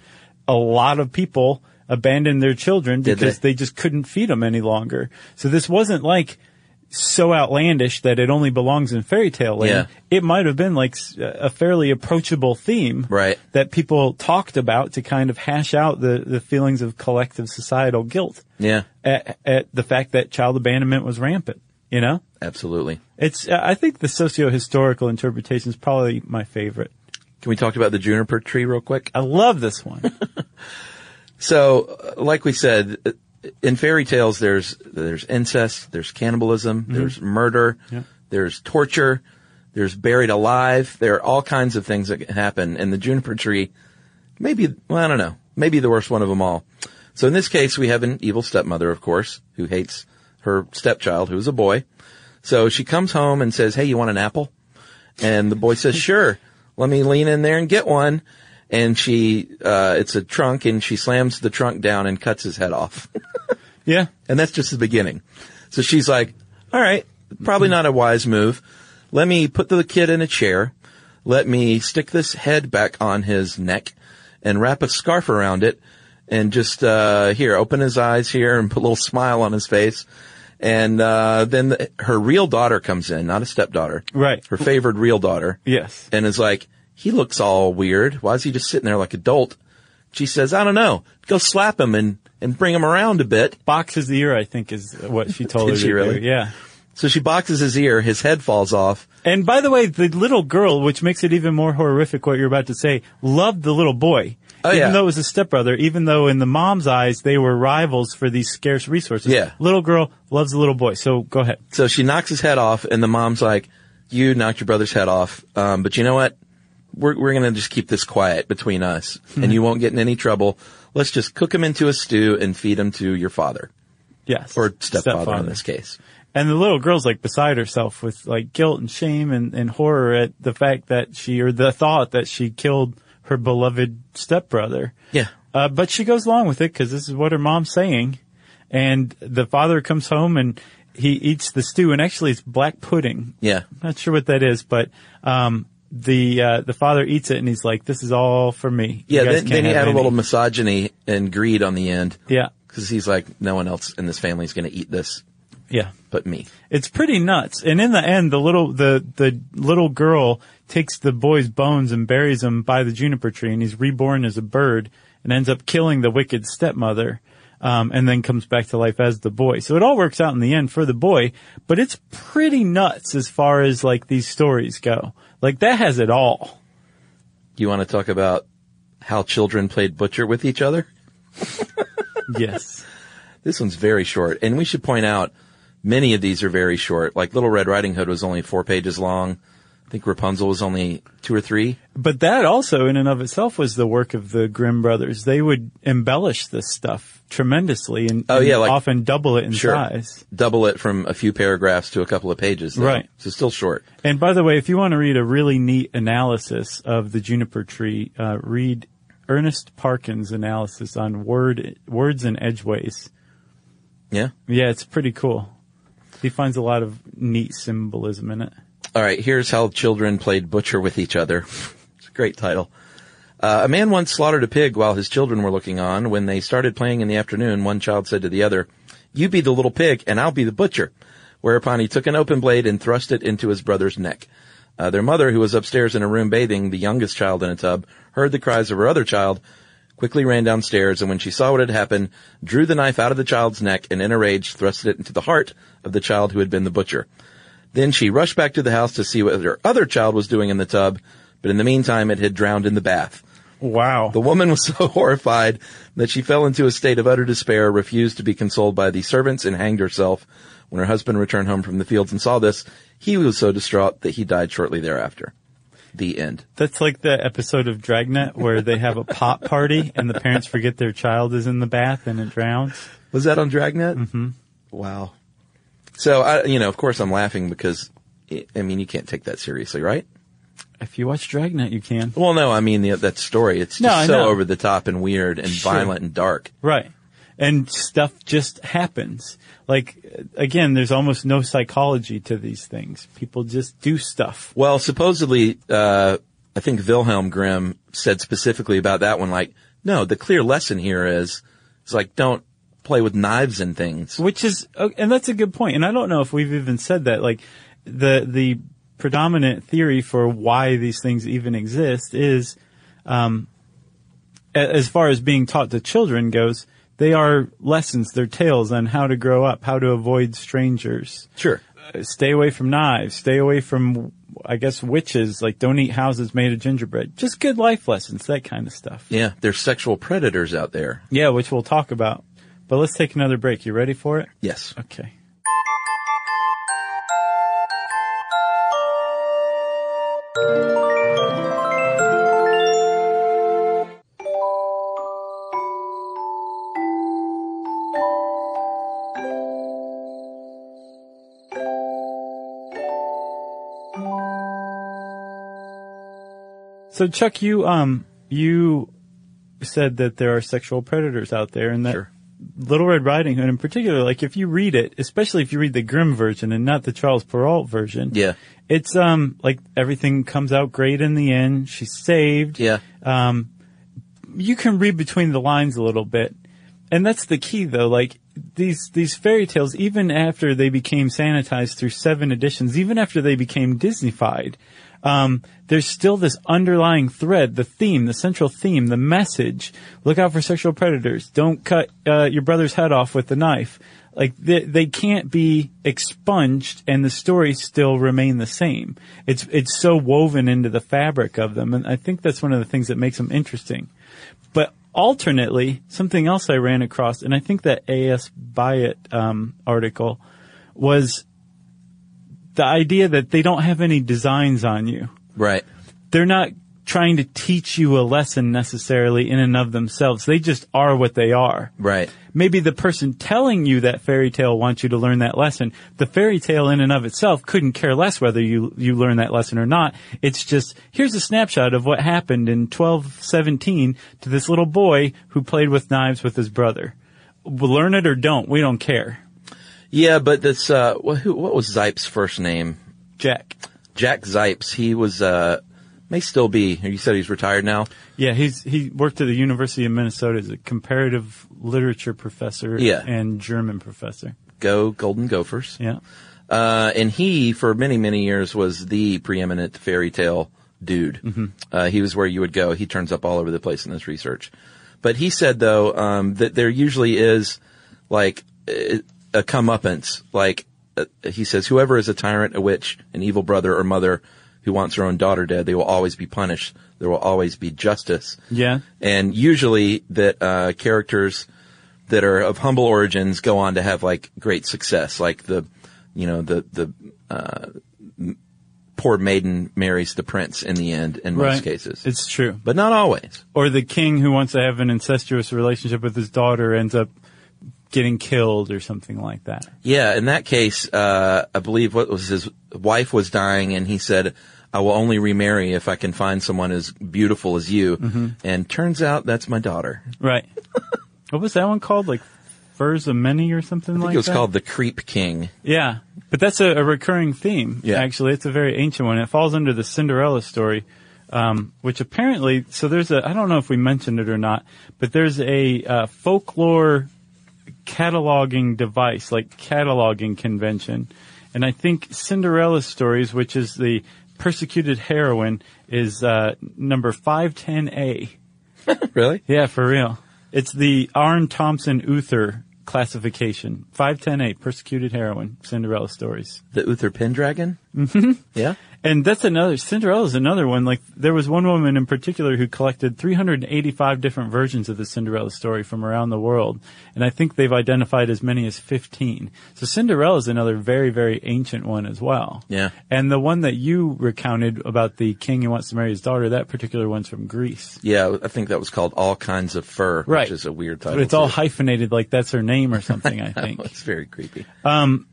Speaker 2: A lot of people abandoned their children
Speaker 3: Did
Speaker 2: because
Speaker 3: they?
Speaker 2: they just couldn't feed them any longer. So this wasn't like so outlandish that it only belongs in fairy tale land. It might have been like s- a fairly approachable theme
Speaker 3: Right.
Speaker 2: that people talked about to kind of hash out the, the feelings of collective societal guilt
Speaker 3: Yeah.
Speaker 2: at, at the fact that child abandonment was rampant. You know,
Speaker 3: Absolutely.
Speaker 2: it's, uh, I think the socio-historical interpretation is probably my favorite.
Speaker 3: Can we talk about the juniper tree real quick?
Speaker 2: I love this one.
Speaker 3: So, uh, like we said, uh, in fairy tales, there's there's incest, there's cannibalism, there's murder, there's torture, there's buried alive. There are all kinds of things that can happen. And the juniper tree, maybe well, I don't know, maybe the worst one of them all. So in this case, we have an evil stepmother, of course, who hates her stepchild, who's a boy. So she comes home and says, "Hey, you want an apple?" And the boy says, sure, let me lean in there and get one. And she, uh, it's a trunk and she slams the trunk down and cuts his head off.
Speaker 2: yeah.
Speaker 3: and that's just the beginning. So she's like, all right, probably not a wise move. Let me put the kid in a chair. Let me stick this head back on his neck and wrap a scarf around it and just, uh, here, open his eyes here and put a little smile on his face. And, uh, then the, her real daughter comes in, not a stepdaughter.
Speaker 2: Right.
Speaker 3: Her favored real daughter
Speaker 2: Yes.
Speaker 3: and is like, he looks all weird. Why is he just sitting there like adult? She says, I don't know. Go slap him and, and bring him around a bit.
Speaker 2: Boxes the ear, I think is what she told
Speaker 3: Did
Speaker 2: her
Speaker 3: she
Speaker 2: to do.
Speaker 3: really?
Speaker 2: Yeah.
Speaker 3: So she boxes his ear. His head falls off.
Speaker 2: And by the way, the little girl, which makes it even more horrific what you're about to say, loved the little boy.
Speaker 3: Oh,
Speaker 2: even
Speaker 3: yeah.
Speaker 2: though it was a stepbrother, even though in the mom's eyes they were rivals for these scarce resources.
Speaker 3: Yeah.
Speaker 2: Little girl loves the little boy. So go ahead.
Speaker 3: So she knocks his head off and the mom's like, you knocked your brother's head off. Um, but you know what? We're, we're going to just keep this quiet between us
Speaker 2: Hmm.
Speaker 3: and you won't get in any trouble. Let's just cook him into a stew and feed him to your father
Speaker 2: Yes.
Speaker 3: or stepfather, in this case.
Speaker 2: And the little girl's like beside herself with like guilt and shame and, and horror at the fact that she, or the thought that she killed her beloved stepbrother.
Speaker 3: Yeah.
Speaker 2: Uh, but she goes along with it because this is what her mom's saying. And the father comes home and he eats the stew, and actually it's black pudding.
Speaker 3: Yeah.
Speaker 2: I'm not sure what that is, but um, the uh, the father eats it and he's like, "This is all for me." You
Speaker 3: Yeah.
Speaker 2: guys
Speaker 3: Then,
Speaker 2: can't
Speaker 3: then you
Speaker 2: have
Speaker 3: add a
Speaker 2: any."
Speaker 3: little misogyny and greed on the end.
Speaker 2: Yeah,
Speaker 3: Cause he's like, no one else in this family is going to eat this
Speaker 2: yeah.
Speaker 3: but me.
Speaker 2: It's pretty nuts. And in the end, the little the the little girl takes the boy's bones and buries them by the juniper tree, and he's reborn as a bird and ends up killing the wicked stepmother. Um, and then comes back to life as the boy. So it all works out in the end for the boy, but it's pretty nuts as far as like these stories go. Like that has it all.
Speaker 3: You want to talk about how children played butcher with each other?
Speaker 2: Yes.
Speaker 3: This one's very short, and we should point out many of these are very short. Like Little Red Riding Hood was only four pages long. I think Rapunzel was only two or three.
Speaker 2: But that also, in and of itself, was the work of the Grimm brothers. They would embellish this stuff tremendously and,
Speaker 3: Oh, yeah,
Speaker 2: and
Speaker 3: like-
Speaker 2: often double it in size.
Speaker 3: Double it from a few paragraphs to a couple of pages. though.
Speaker 2: Right.
Speaker 3: So still short.
Speaker 2: And by the way, if you want to read a really neat analysis of the juniper tree, uh, read Ernest Parkins' analysis on word words and edgeways.
Speaker 3: Yeah.
Speaker 2: Yeah, it's pretty cool. He finds a lot of neat symbolism in it.
Speaker 3: All right, here's how children played butcher with each other. it's a great title. Uh, a man once slaughtered a pig while his children were looking on. When they started playing in the afternoon, one child said to the other, "You be the little pig, and I'll be the butcher." Whereupon he took an open blade and thrust it into his brother's neck. Uh, their mother, who was upstairs in her room bathing the youngest child in a tub, heard the cries of her other child, quickly ran downstairs, and when she saw what had happened, drew the knife out of the child's neck and in a rage thrust it into the heart of the child who had been the butcher. Then she rushed back to the house to see what her other child was doing in the tub, But in the meantime, it had drowned in the bath.
Speaker 2: Wow.
Speaker 3: The woman was so horrified that she fell into a state of utter despair, refused to be consoled by the servants, and hanged herself. When her husband returned home from the fields and saw this, he was so distraught that he died shortly thereafter. The end.
Speaker 2: That's like the episode of Dragnet where they have a pop party and the parents forget their child is in the bath and it drowns.
Speaker 3: Was that on Dragnet? Mm-hmm. Wow. So I, you know, of course, I'm laughing because, I- I mean, you can't take that seriously, right?
Speaker 2: If you watch Dragnet, you can.
Speaker 3: Well, no, I mean the, that story. It's
Speaker 2: No,
Speaker 3: just
Speaker 2: I
Speaker 3: so
Speaker 2: know.
Speaker 3: over the top and weird and
Speaker 2: Sure.
Speaker 3: violent and dark.
Speaker 2: Right. And stuff just happens. Like, again, there's almost no psychology to these things. People just do stuff.
Speaker 3: Well, supposedly, uh, I think Wilhelm Grimm said specifically about that one, like, no, the clear lesson here is, it's like, don't play with knives and things.
Speaker 2: Which is, uh, and that's a good point. And I don't know if we've even said that. Like, the the predominant theory for why these things even exist is, um, a- as far as being taught to children goes, they are lessons, they're tales on how to grow up, how to avoid strangers.
Speaker 3: Sure.
Speaker 2: Uh, Stay away from knives. Stay away from, I guess, witches. Like, don't eat houses made of gingerbread. Just good life lessons, that kind of stuff.
Speaker 3: Yeah, there's sexual predators out there.
Speaker 2: Yeah, which we'll talk about. But let's take another break. You ready for it?
Speaker 3: Yes.
Speaker 2: Okay. So Chuck, you um you said that there are sexual predators out there, and that
Speaker 3: Sure.
Speaker 2: Little Red Riding Hood in particular, like if you read it, especially if you read the Grimm version and not the Charles Perrault version,
Speaker 3: Yeah.
Speaker 2: it's um like everything comes out great in the end. She's saved.
Speaker 3: Yeah.
Speaker 2: You can read between the lines a little bit, and that's the key though. Like these these fairy tales, even after they became sanitized through seven editions, even after they became Disneyfied, um, there's still this underlying thread, the theme, the central theme, the message. Look out for sexual predators. Don't cut uh, your brother's head off with a knife. Like they, they can't be expunged, and the stories still remain the same. It's it's so woven into the fabric of them, and I think that's one of the things that makes them interesting. But alternately, something else I ran across, and I think that A.S. Byatt um, article was the idea that they don't have any designs on you.
Speaker 3: right.
Speaker 2: They're not trying to teach you a lesson necessarily in and of themselves. They just are what they are.
Speaker 3: Right.
Speaker 2: Maybe the person telling you that fairy tale wants you to learn that lesson. The fairy tale in and of itself couldn't care less whether you, you learn that lesson or not. It's just, here's a snapshot of what happened in 1217 to this little boy who played with knives with his brother. Learn it or don't. We don't care.
Speaker 3: Yeah, but this, uh, wh- who, what was Zipe's first name?
Speaker 2: Jack.
Speaker 3: Jack Zipes. He was, uh, may still be, you said he's retired now.
Speaker 2: Yeah, he's he worked at the University of Minnesota as a comparative literature professor
Speaker 3: Yeah.
Speaker 2: and German professor.
Speaker 3: Go Golden Gophers.
Speaker 2: Yeah.
Speaker 3: Uh, and he, for many, many years, was the preeminent fairy tale dude. Uh, he was where you would go. He turns up all over the place in this research. But he said, though, um, that there usually is, like, uh, a comeuppance. Like, uh, he says, whoever is a tyrant, a witch, an evil brother or mother who wants her own daughter dead, they will always be punished. There will always be justice.
Speaker 2: Yeah.
Speaker 3: And usually that, uh, characters, that are of humble origins go on to have like great success, like the, you know, the the uh, m- poor maiden marries the prince in the end in most cases,
Speaker 2: It's true.
Speaker 3: but not always.
Speaker 2: Or the king who wants to have an incestuous relationship with his daughter ends up getting killed or something like that.
Speaker 3: Yeah, in that case, uh, I believe what was his wife was dying, and he said, "I will only remarry if I can find someone as beautiful as you."
Speaker 2: Mm-hmm.
Speaker 3: And turns out that's my daughter. I
Speaker 2: Right. what was that one called? Like Furs of Many or something
Speaker 3: think
Speaker 2: like
Speaker 3: it was
Speaker 2: that?
Speaker 3: called the Creep King.
Speaker 2: Yeah, but that's a, a recurring theme.
Speaker 3: Yeah.
Speaker 2: actually, it's a very ancient one. It falls under the Cinderella story, um, which apparently. So there's a. I don't know if we mentioned it or not, but there's a uh, folklore cataloging device, like cataloging convention, and I think Cinderella stories, which is the persecuted heroine, is uh, number five ten A.
Speaker 3: Really?
Speaker 2: Yeah, for real. It's the Arn Thompson Uther classification. 5108, persecuted heroine, Cinderella stories.
Speaker 3: The Uther Pendragon? Mm-hmm. Yeah.
Speaker 2: And that's another, Cinderella's another one. Like, there was one woman in particular who collected 385 different versions of the Cinderella story from around the world. And I think they've identified as many as 15. So Cinderella's another very, very ancient one as well.
Speaker 3: Yeah.
Speaker 2: And the one that you recounted about the king who wants to marry his daughter, that particular one's from Greece.
Speaker 3: Yeah, I think that was called All Kinds of Fur,
Speaker 2: Right.
Speaker 3: which is a weird title.
Speaker 2: But it's all
Speaker 3: too.
Speaker 2: hyphenated, like that's her name or something, I think.
Speaker 3: It's very creepy.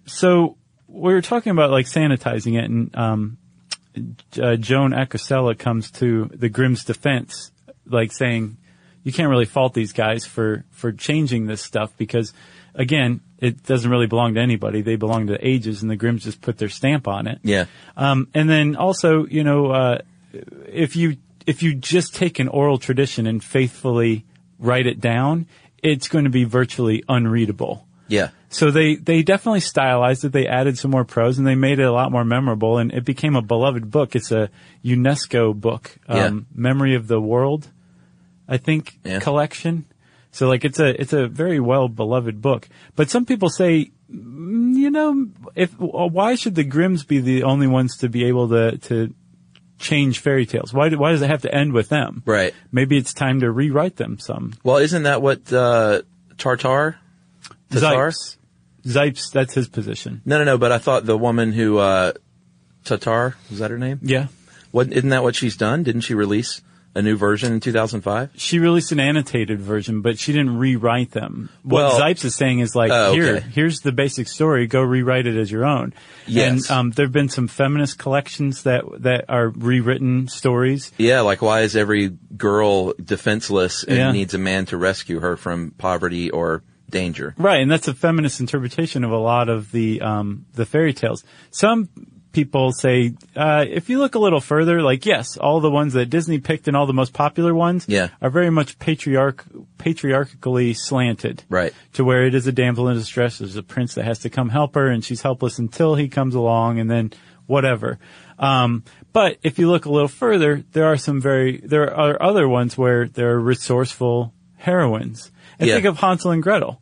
Speaker 2: So we were talking about like sanitizing it, and um, uh, Joan Acosella comes to the Grimm's defense, like saying, "You can't really fault these guys for for changing this stuff because, again, it doesn't really belong to anybody. They belong to the ages, and the Grimm's just put their stamp on it."
Speaker 3: yeah.
Speaker 2: Um, and then also, you know, uh, if you if you just take an oral tradition and faithfully write it down, it's going to be virtually unreadable.
Speaker 3: Yeah.
Speaker 2: So they, they definitely stylized it. They added some more prose and they made it a lot more memorable and it became a beloved book. It's a UNESCO book, um, Memory of the World, I think,
Speaker 3: Yeah.
Speaker 2: collection. So like it's a, it's a very well beloved book. But some people say, "Mm, you know, if, why should the Grimms be the only ones to be able to, to change fairy tales? Why, do, why does it have to end with them?
Speaker 3: Right.
Speaker 2: Maybe it's time to rewrite them some.
Speaker 3: Well, isn't that what uh, Tartar? Tatar?
Speaker 2: Zipes. Zipes, that's his position.
Speaker 3: No, no, no. But I thought the woman who uh, Tatar was that her name?
Speaker 2: Yeah.
Speaker 3: What isn't that what she's done? Didn't she release a new version in 2005?
Speaker 2: she released an annotated version, but she didn't rewrite them. What
Speaker 3: Well-
Speaker 2: Zipes is saying is like,
Speaker 3: Oh, okay.
Speaker 2: here, here's the basic story. Go rewrite it as your own.
Speaker 3: Yes.
Speaker 2: And um, there have been some feminist collections that that are rewritten stories.
Speaker 3: Yeah, like why is every girl defenseless and
Speaker 2: Yeah.
Speaker 3: needs a man to rescue her from poverty or danger?
Speaker 2: Right, and that's a feminist interpretation of a lot of the um, the fairy tales. Some people say uh, if you look a little further, like yes, all the ones that Disney picked and all the most popular ones
Speaker 3: Yeah.
Speaker 2: are very much patriarch patriarchally slanted.
Speaker 3: Right.
Speaker 2: to where it is a damsel in distress. There's a prince that has to come help her, and she's helpless until he comes along, and then whatever. Um, but if you look a little further, there are some very there are other ones where there are resourceful heroines. And
Speaker 3: Yeah.
Speaker 2: think of Hansel and Gretel.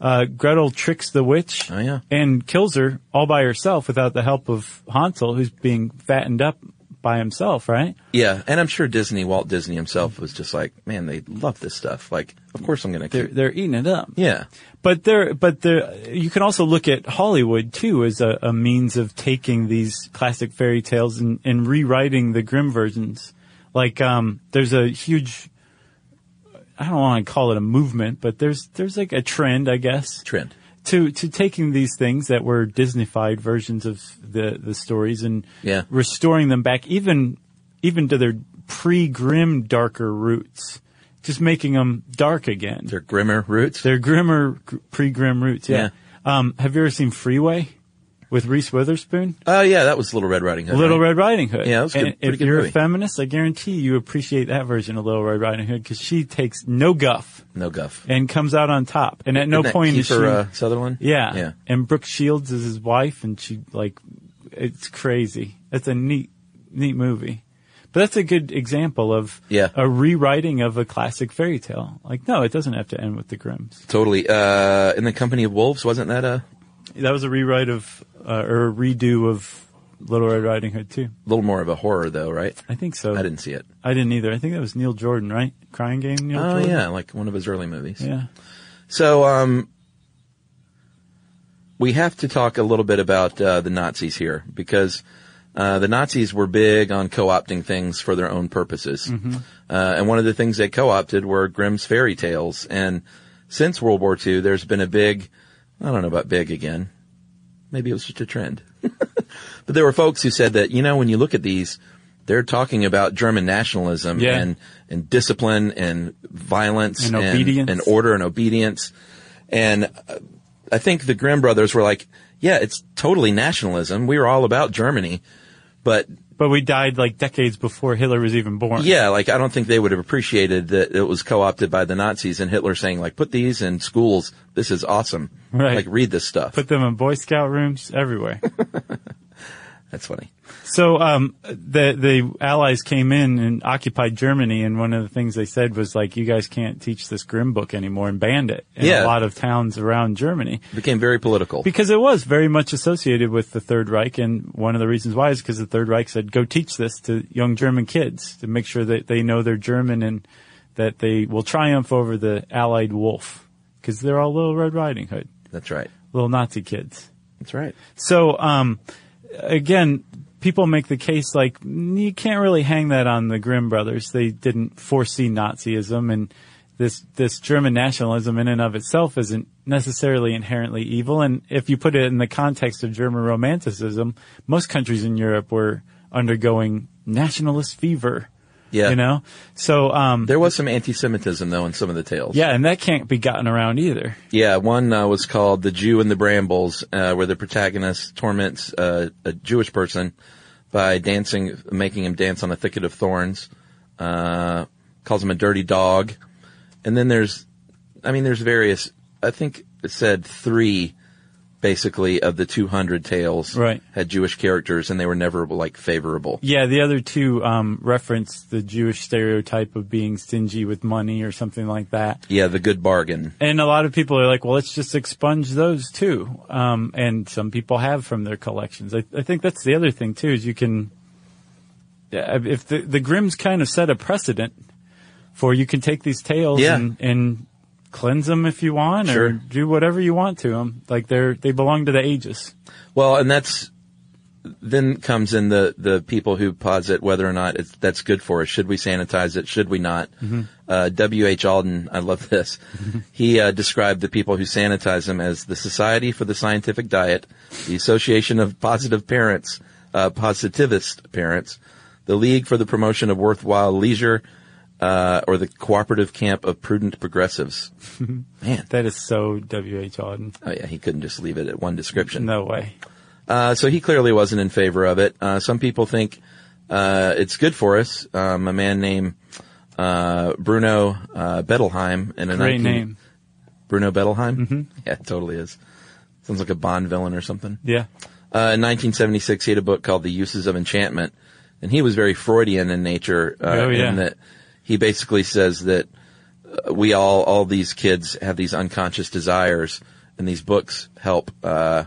Speaker 2: Uh, Gretel tricks the witch
Speaker 3: Oh, yeah.
Speaker 2: and kills her all by herself without the help of Hansel, who's being fattened up by himself, right?
Speaker 3: Yeah, and I'm sure Disney, Walt Disney himself, was just like, man, they love this stuff. Like, of course I'm going
Speaker 2: They're,
Speaker 3: to.
Speaker 2: they're eating it up.
Speaker 3: Yeah,
Speaker 2: But there, but there, you can also look at Hollywood too as a, a means of taking these classic fairy tales and, and rewriting the grim versions. Like, um, there's a huge, I don't want to call it a movement, but there's, there's like a trend, I guess,
Speaker 3: trend.
Speaker 2: to, to taking these things that were Disneyfied versions of the, the stories and
Speaker 3: Yeah.
Speaker 2: restoring them back even, even to their pre-grim darker roots. Just making them dark again.
Speaker 3: They're grimmer roots.
Speaker 2: They're grimmer, gr- pre-grim roots. Yeah. Um, have you ever seen Freeway with Reese Witherspoon?
Speaker 3: Oh yeah, that was Little Red Riding Hood.
Speaker 2: Little
Speaker 3: right?
Speaker 2: Red Riding Hood.
Speaker 3: Yeah, that was a good-
Speaker 2: And
Speaker 3: pretty
Speaker 2: if
Speaker 3: good
Speaker 2: you're
Speaker 3: movie.
Speaker 2: a feminist, I guarantee you appreciate that version of Little Red Riding Hood because she takes no guff
Speaker 3: No guff.
Speaker 2: and comes out on top. And at no
Speaker 3: Isn't that
Speaker 2: point is she.
Speaker 3: Kiefer, uh, Sutherland.
Speaker 2: yeah.
Speaker 3: Yeah.
Speaker 2: And Brooke Shields is his wife, and she like, it's crazy. It's a neat, neat movie. But that's a good example of
Speaker 3: Yeah.
Speaker 2: a rewriting of a classic fairy tale. Like, no, it doesn't have to end with the Grimms.
Speaker 3: Totally. Uh, in the Company of Wolves, wasn't that a
Speaker 2: That was a rewrite of, uh, or a redo of Little Red Riding Hood too.
Speaker 3: little more of a horror though, right?
Speaker 2: I think so.
Speaker 3: I didn't see it.
Speaker 2: I didn't either. I think that was Neil Jordan, right? Crying Game, Neil
Speaker 3: Oh
Speaker 2: Jordan.
Speaker 3: yeah, like one of his early movies.
Speaker 2: Yeah.
Speaker 3: So, um, we have to talk a little bit about uh, the Nazis here because uh, the Nazis were big on co-opting things for their own purposes, uh, and one of the things they co-opted were Grimm's fairy tales. And since World War II, there's been a big—I don't know about big again. Maybe it was just a trend, but there were folks who said that you know when you look at these. They're talking about German nationalism
Speaker 2: Yeah.
Speaker 3: and, and discipline and violence
Speaker 2: And obedience.
Speaker 3: and order and obedience. And uh, I think the Grimm brothers were like, yeah, it's totally nationalism. We were all about Germany. But
Speaker 2: But we died like decades before Hitler was even born.
Speaker 3: yeah, like I don't think they would have appreciated that it was co-opted by the Nazis and Hitler saying like, put these in schools. This is awesome.
Speaker 2: Right.
Speaker 3: Like read this stuff.
Speaker 2: Put them in Boy Scout rooms everywhere.
Speaker 3: That's funny.
Speaker 2: So um, the the Allies came in and occupied Germany, and one of the things they said was like, "You guys can't teach this Grimm book anymore," and banned it in
Speaker 3: Yeah.
Speaker 2: a lot of towns around Germany
Speaker 3: It became very political.
Speaker 2: because it was very much associated with the Third Reich. And one of the reasons why is because the Third Reich said, "Go teach this to young German kids to make sure that they know they're German and that they will triumph over the Allied wolf," because they're all Little Red Riding Hood,
Speaker 3: That's right.
Speaker 2: little Nazi kids.
Speaker 3: That's right.
Speaker 2: So, um, again, people make the case like "Mm, you can't really hang that on the Grimm brothers. They didn't foresee Nazism and this, this German nationalism in and of itself isn't necessarily inherently evil. And if you put it in the context of German romanticism, most countries in Europe were undergoing nationalist fever.
Speaker 3: Yeah.
Speaker 2: You know? So, um,
Speaker 3: There was some anti-Semitism though in some of the tales.
Speaker 2: yeah, and that can't be gotten around either.
Speaker 3: Yeah, one uh, was called The Jew and the Brambles, uh, where the protagonist torments uh, a Jewish person by dancing, making him dance on a thicket of thorns, uh, calls him a dirty dog. And then there's, I mean, there's various, I think it said three, basically, of the 200 tales
Speaker 2: Right.
Speaker 3: had Jewish characters and they were never, like, favorable.
Speaker 2: Yeah, the other two um, reference the Jewish stereotype of being stingy with money or something like that.
Speaker 3: Yeah, The Good Bargain.
Speaker 2: And a lot of people are like, well, let's just expunge those too. Um, and some people have from their collections. I, I think that's the other thing too is you can, yeah, if the, the Grimm's kind of set a precedent for you can take these tales
Speaker 3: Yeah.
Speaker 2: and, and cleanse them if you want
Speaker 3: Sure.
Speaker 2: or do whatever you want to them. Like they're, they belong to the ages.
Speaker 3: Well, and that's then comes in the the people who posit whether or not it's, that's good for us. Should we sanitize it? Should we not? Uh, W. H. Alden, I love this. he uh, described the people who sanitize them as the Society for the Scientific Diet, the Association of Positive Parents, uh, Positivist Parents, the League for the Promotion of Worthwhile Leisure, uh, or the Cooperative Camp of Prudent Progressives. Man,
Speaker 2: That is so W.H. Auden.
Speaker 3: oh yeah, he couldn't just leave it at one description.
Speaker 2: No way.
Speaker 3: Uh, so he clearly wasn't in favor of it. Uh, some people think uh, it's good for us. Um, a man named uh, Bruno uh, Bettelheim in a
Speaker 2: Great
Speaker 3: 19
Speaker 2: name.
Speaker 3: Bruno Bettelheim. Mm-hmm. Yeah, it totally is. Sounds like a Bond villain or something.
Speaker 2: Yeah.
Speaker 3: Uh, in 1976, he had a book called The Uses of Enchantment, and he was very Freudian in nature. Uh,
Speaker 2: Oh, yeah.
Speaker 3: In that he basically says that uh, we all, all these kids have these unconscious desires, and these books help, uh,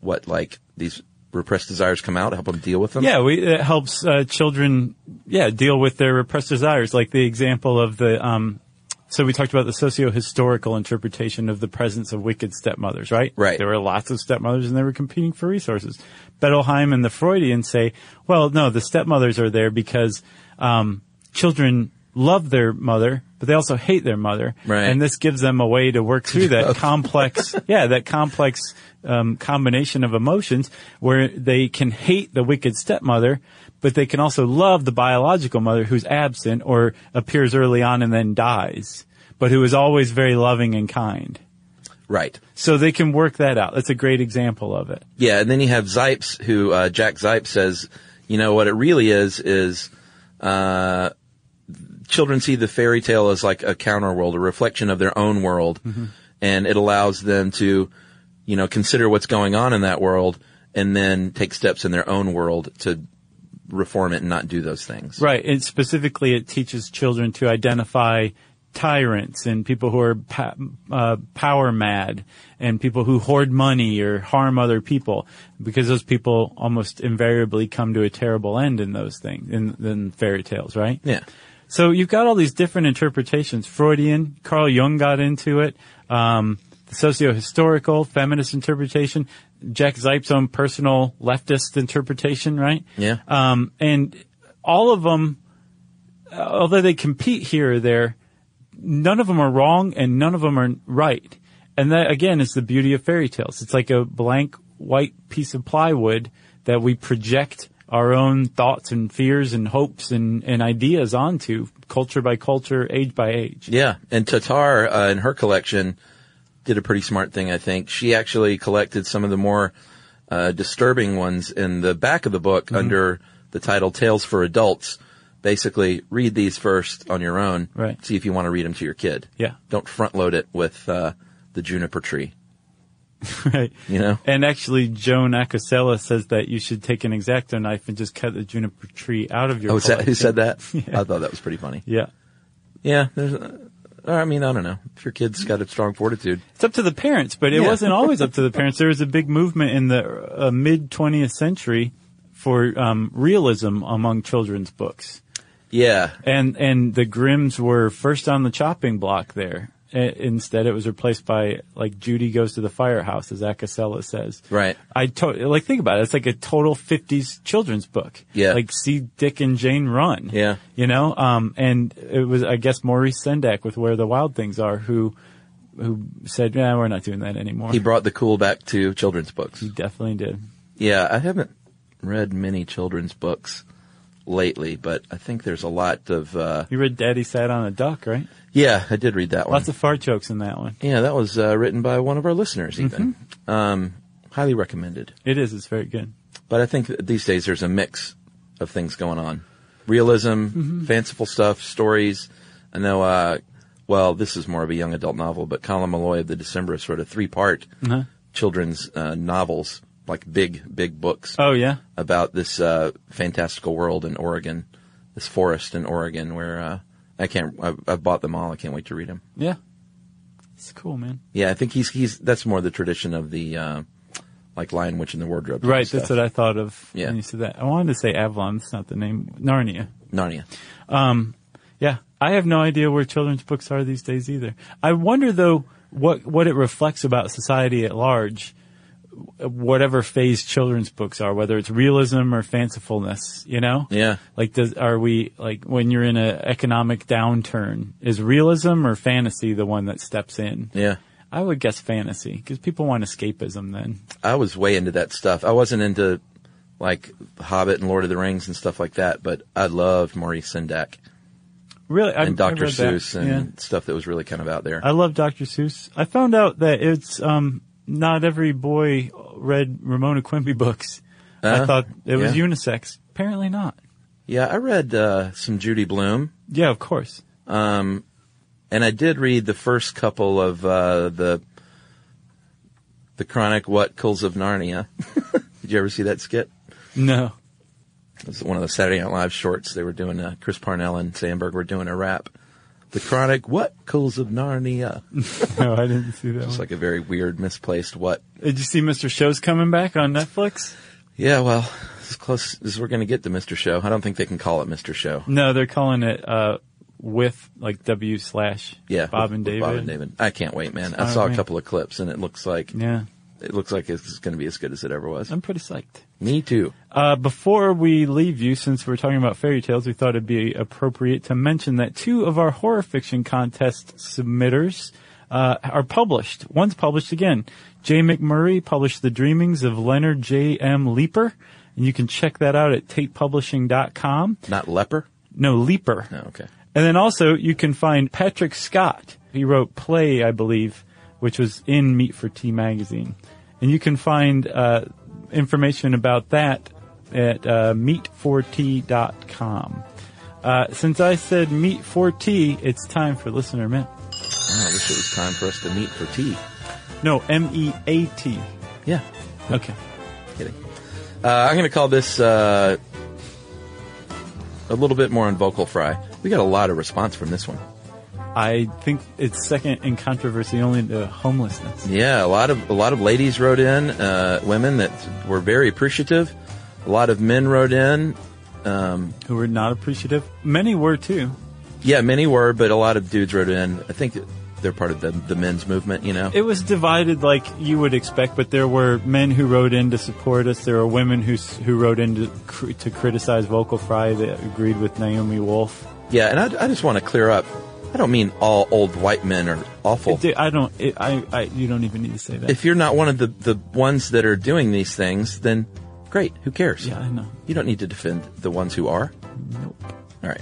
Speaker 3: what, like, these repressed desires come out, help them deal with them?
Speaker 2: Yeah, we, it helps uh, children, yeah, deal with their repressed desires. Like the example of the, um, so we talked about the socio-historical interpretation of the presence of wicked stepmothers, right?
Speaker 3: Right.
Speaker 2: There were lots of stepmothers, and they were competing for resources. Bettelheim and the Freudians say, well, no, the stepmothers are there because um, children love their mother, but they also hate their mother,
Speaker 3: Right.
Speaker 2: and this gives them a way to work through that complex, yeah, that complex um, combination of emotions where they can hate the wicked stepmother, but they can also love the biological mother who's absent or appears early on and then dies, but who is always very loving and kind.
Speaker 3: Right.
Speaker 2: So they can work that out. That's a great example of it.
Speaker 3: Yeah, and then you have Zipes, who uh, Jack Zipes says, you know what it really is is uh, children see the fairy tale as like a counter world, a reflection of their own world, and it allows them to, you know, consider what's going on in that world, and then take steps in their own world to reform it and not do those things.
Speaker 2: Right. And specifically, it teaches children to identify tyrants and people who are pa- uh, power mad and people who hoard money or harm other people because those people almost invariably come to a terrible end in those things, in, in fairy tales, right?
Speaker 3: Yeah.
Speaker 2: So you've got all these different interpretations. Freudian, Carl Jung got into it. Um, socio-historical, feminist interpretation, Jack Zipe's own personal leftist interpretation, right?
Speaker 3: Yeah.
Speaker 2: Um, and all of them, although they compete here or there, none of them are wrong and none of them are right. And that again is the beauty of fairy tales. It's like a blank white piece of plywood that we project our own thoughts and fears and hopes and, and ideas onto culture by culture, age by age.
Speaker 3: Yeah, and Tatar uh, in her collection did a pretty smart thing, I think. She actually collected some of the more uh, disturbing ones in the back of the book
Speaker 2: Mm-hmm.
Speaker 3: under the title "Tales for Adults." Basically, read these first on your own.
Speaker 2: Right.
Speaker 3: See if you want to read them to your kid.
Speaker 2: Yeah.
Speaker 3: Don't front load it with uh, the juniper tree.
Speaker 2: right?
Speaker 3: You know?
Speaker 2: And actually, Joan Acosella says that you should take an exacto knife and just cut the juniper tree out of your.
Speaker 3: Oh, is that, who
Speaker 2: collection.
Speaker 3: said that? I thought that was pretty funny.
Speaker 2: Yeah,
Speaker 3: Yeah, there's. Uh, I mean, I don't know. If your
Speaker 2: Mm-hmm.
Speaker 3: kid's got a strong fortitude,
Speaker 2: it's up to the parents, but it
Speaker 3: Yeah.
Speaker 2: wasn't always up to the parents. There was a big movement in the uh, mid 20th century for um, realism among children's books.
Speaker 3: yeah,
Speaker 2: And and the Grims were first on the chopping block there. I- instead, it was replaced by like Judy goes to the firehouse, as Acasella says.
Speaker 3: Right.
Speaker 2: I to- like think about it. It's like a total '50s children's book.
Speaker 3: Yeah.
Speaker 2: Like see Dick and Jane run.
Speaker 3: Yeah.
Speaker 2: You know. Um. And it was I guess Maurice Sendak with Where the Wild Things Are who who said, "Yeah, we're not doing that anymore."
Speaker 3: he brought the cool back to children's books.
Speaker 2: He definitely did.
Speaker 3: Yeah, I haven't read many children's books lately, but I think there's a lot of. Uh,
Speaker 2: You read Daddy Sat on a Duck, right?
Speaker 3: yeah, I did read that one.
Speaker 2: Lots of fart jokes in that one.
Speaker 3: yeah, that was uh, written by one of our listeners. Even
Speaker 2: Mm-hmm.
Speaker 3: um, highly recommended.
Speaker 2: It is. It's very good.
Speaker 3: But I think that these days there's a mix of things going on. Realism,
Speaker 2: Mm-hmm.
Speaker 3: fanciful stuff, stories. I know, uh, well, this is more of a young adult novel, but Colin Malloy of the December sort of three part
Speaker 2: Uh-huh.
Speaker 3: children's uh, novels, like big, big books
Speaker 2: Oh yeah.
Speaker 3: about this uh, fantastical world in Oregon, this forest in Oregon where uh, I can't, I've, I've bought them all. I can't wait to read them.
Speaker 2: Yeah. It's cool, man.
Speaker 3: Yeah, I think he's, he's, that's more the tradition of the, uh, like Lion Witch in the Wardrobe. type
Speaker 2: Right,
Speaker 3: stuff.
Speaker 2: that's what I thought of
Speaker 3: Yeah.
Speaker 2: when you said that. I wanted to say Avalon, that's not the name. Narnia.
Speaker 3: Narnia.
Speaker 2: Yeah, I have no idea where children's books are these days either. I wonder though what what it reflects about society at large, whatever phase children's books are, whether it's realism or fancifulness. You know,
Speaker 3: Yeah.
Speaker 2: Like, does are we like when you're in an economic downturn, is realism or fantasy the one that steps in?
Speaker 3: Yeah.
Speaker 2: I would guess fantasy because people want escapism then.
Speaker 3: I was way into that stuff. I wasn't into like Hobbit and Lord of the Rings and stuff like that, but I loved Maurice Sendak
Speaker 2: Really, I,
Speaker 3: and
Speaker 2: I
Speaker 3: Dr.
Speaker 2: read that.
Speaker 3: Seuss and
Speaker 2: Yeah.
Speaker 3: stuff that was really kind of out there.
Speaker 2: I love Dr. Seuss. I found out that it's um, not every boy read Ramona Quimby books. I
Speaker 3: Uh,
Speaker 2: thought it was
Speaker 3: yeah.
Speaker 2: unisex. Apparently not.
Speaker 3: yeah, I read uh, some Judy Bloom,
Speaker 2: Yeah, of course.
Speaker 3: and I did read the first couple of uh, the the chronic What Culls of Narnia. did you ever see that skit?
Speaker 2: No.
Speaker 3: It was one of the Saturday Night Live shorts. They were doing uh, Chris Parnell and Sandberg were doing a rap. The chronic What Culls of Narnia.
Speaker 2: No, I didn't see that
Speaker 3: It's
Speaker 2: one.
Speaker 3: like a very weird, misplaced what
Speaker 2: Did you see Mr. Show's coming back on Netflix?
Speaker 3: Yeah, well, as close as we're going to get to Mr. Show. I don't think they can call it Mr. Show.
Speaker 2: No, they're calling it uh, with like W slash
Speaker 3: Yeah,
Speaker 2: Bob
Speaker 3: with-
Speaker 2: and
Speaker 3: with
Speaker 2: David.
Speaker 3: Bob and David. I can't wait, man. I
Speaker 2: Oh,
Speaker 3: saw a
Speaker 2: man.
Speaker 3: couple of clips, and it looks like
Speaker 2: Yeah,
Speaker 3: it looks like it's going to be as good as it ever was.
Speaker 2: I'm pretty psyched.
Speaker 3: Me too.
Speaker 2: Uh, before we leave you, since we're talking about fairy tales, we thought it'd be appropriate to mention that two of our horror fiction contest submitters uh, are published. One's published again. Jay McMurray published The Dreamings of Leonard J. M. Leaper, and you can check that out at tatepublishing.com.
Speaker 3: Not leper.
Speaker 2: No, Leaper.
Speaker 3: No, okay.
Speaker 2: And then also you can find Patrick Scott. He wrote Play, I believe, which was in Meat for Tea magazine. And you can find uh, information about that at uh, meat4t.com. Uh, since I said meat for tea, it's time for listener mail.
Speaker 3: Oh, I wish it was time for us to meet for tea.
Speaker 2: No, M E A T.
Speaker 3: Yeah,
Speaker 2: Okay.
Speaker 3: kidding. Uh, I'm going to call this uh, a little bit more on vocal fry. We got a lot of response from this one.
Speaker 2: I think it's second in controversy only to homelessness.
Speaker 3: Yeah, a lot of a lot of ladies wrote in, uh, women that were very appreciative. A lot of men wrote in. Um,
Speaker 2: Who were not appreciative. Many were too.
Speaker 3: Yeah, many were, but a lot of dudes wrote in. I think they're part of the the men's movement, you know.
Speaker 2: It was divided like you would expect, but there were men who wrote in to support us. There were women who s- who wrote in to, cr- to criticize Vocal Fry that agreed with Naomi Wolf.
Speaker 3: yeah, and I, I just want to clear up. I don't mean all old white men are awful.
Speaker 2: Dude, I don't. It, I, I you don't even need to say that.
Speaker 3: If you're not one of the the ones that are doing these things, then great. Who cares?
Speaker 2: yeah, I know.
Speaker 3: You don't need to defend the ones who are.
Speaker 2: Nope.
Speaker 3: All right.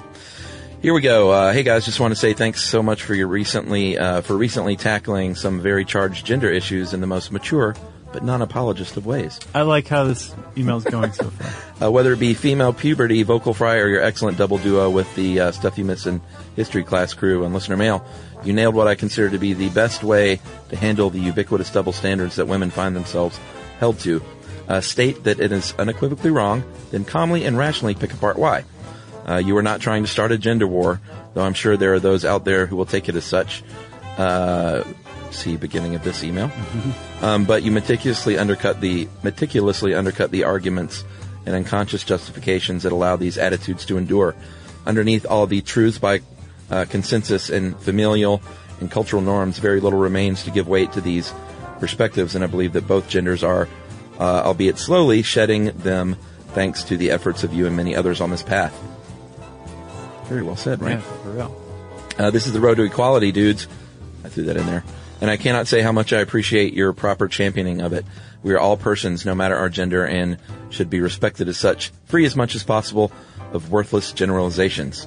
Speaker 3: Here we go. Uh, hey guys, just want to say thanks so much for your recently uh, for recently tackling some very charged gender issues in the most mature but non-apologist of ways.
Speaker 2: I like how this email's going so far.
Speaker 3: Uh, whether it be female puberty, vocal fry, or your excellent double duo with the uh, Stuff You Miss in History class crew and listener mail, you nailed what I consider to be the best way to handle the ubiquitous double standards that women find themselves held to. Uh, state that it is unequivocally wrong, then calmly and rationally pick apart why. Uh, you are not trying to start a gender war, though I'm sure there are those out there who will take it as such. Uh, see beginning of this email. Um, but you meticulously undercut the meticulously undercut the arguments and unconscious justifications that allow these attitudes to endure. Underneath all the truths by uh, consensus and familial and cultural norms, very little remains to give weight to these perspectives, and I believe that both genders are, uh, albeit slowly, shedding them thanks to the efforts of you and many others on this path. Very well said, right?
Speaker 2: Yeah, for real.
Speaker 3: Uh, this is the road to equality, dudes. I threw that in there. And I cannot say how much I appreciate your proper championing of it. We are all persons, no matter our gender, and should be respected as such, free as much as possible of worthless generalizations.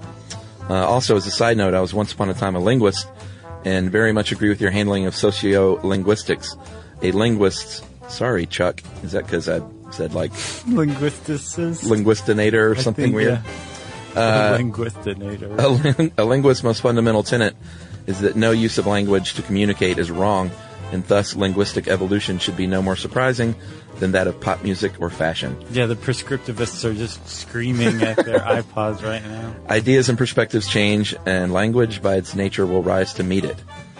Speaker 3: Uh, also, as a side note, I was once upon a time a linguist and very much agree with your handling of sociolinguistics. A linguist, sorry, Chuck, is that because I said like
Speaker 2: Linguisticist.
Speaker 3: linguistinator or
Speaker 2: I
Speaker 3: something
Speaker 2: think,
Speaker 3: weird? Uh, oh.
Speaker 2: yeah. A linguistinator.
Speaker 3: a, lin- a linguist's most fundamental tenet is that no use of language to communicate is wrong, and thus linguistic evolution should be no more surprising than that of pop music or fashion.
Speaker 2: yeah, the prescriptivists are just screaming at their iPods right now.
Speaker 3: Ideas and perspectives change, and language by its nature will rise to meet it.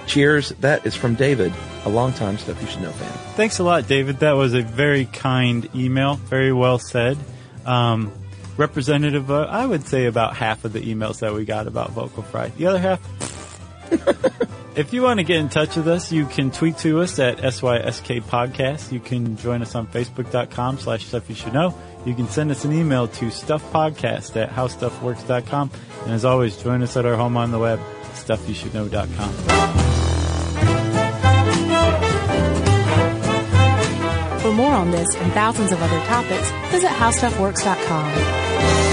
Speaker 3: Cheers, that is from David, a longtime Stuff You Should Know fan.
Speaker 2: Thanks a lot, David. That was a very kind email. Very well said. Um, representative, of, I would say about half of the emails that we got about Vocal Fry. The other half. if you want to get in touch with us, you can tweet to us at SYSK Podcast. You can join us on Facebook.com slash Stuff You Should Know. You can send us an email to StuffPodcast at HowStuffWorks.com. And as always, join us at our home on the web, StuffYouShouldKnow.com.
Speaker 1: For more on this and thousands of other topics, visit howstuffworks.com.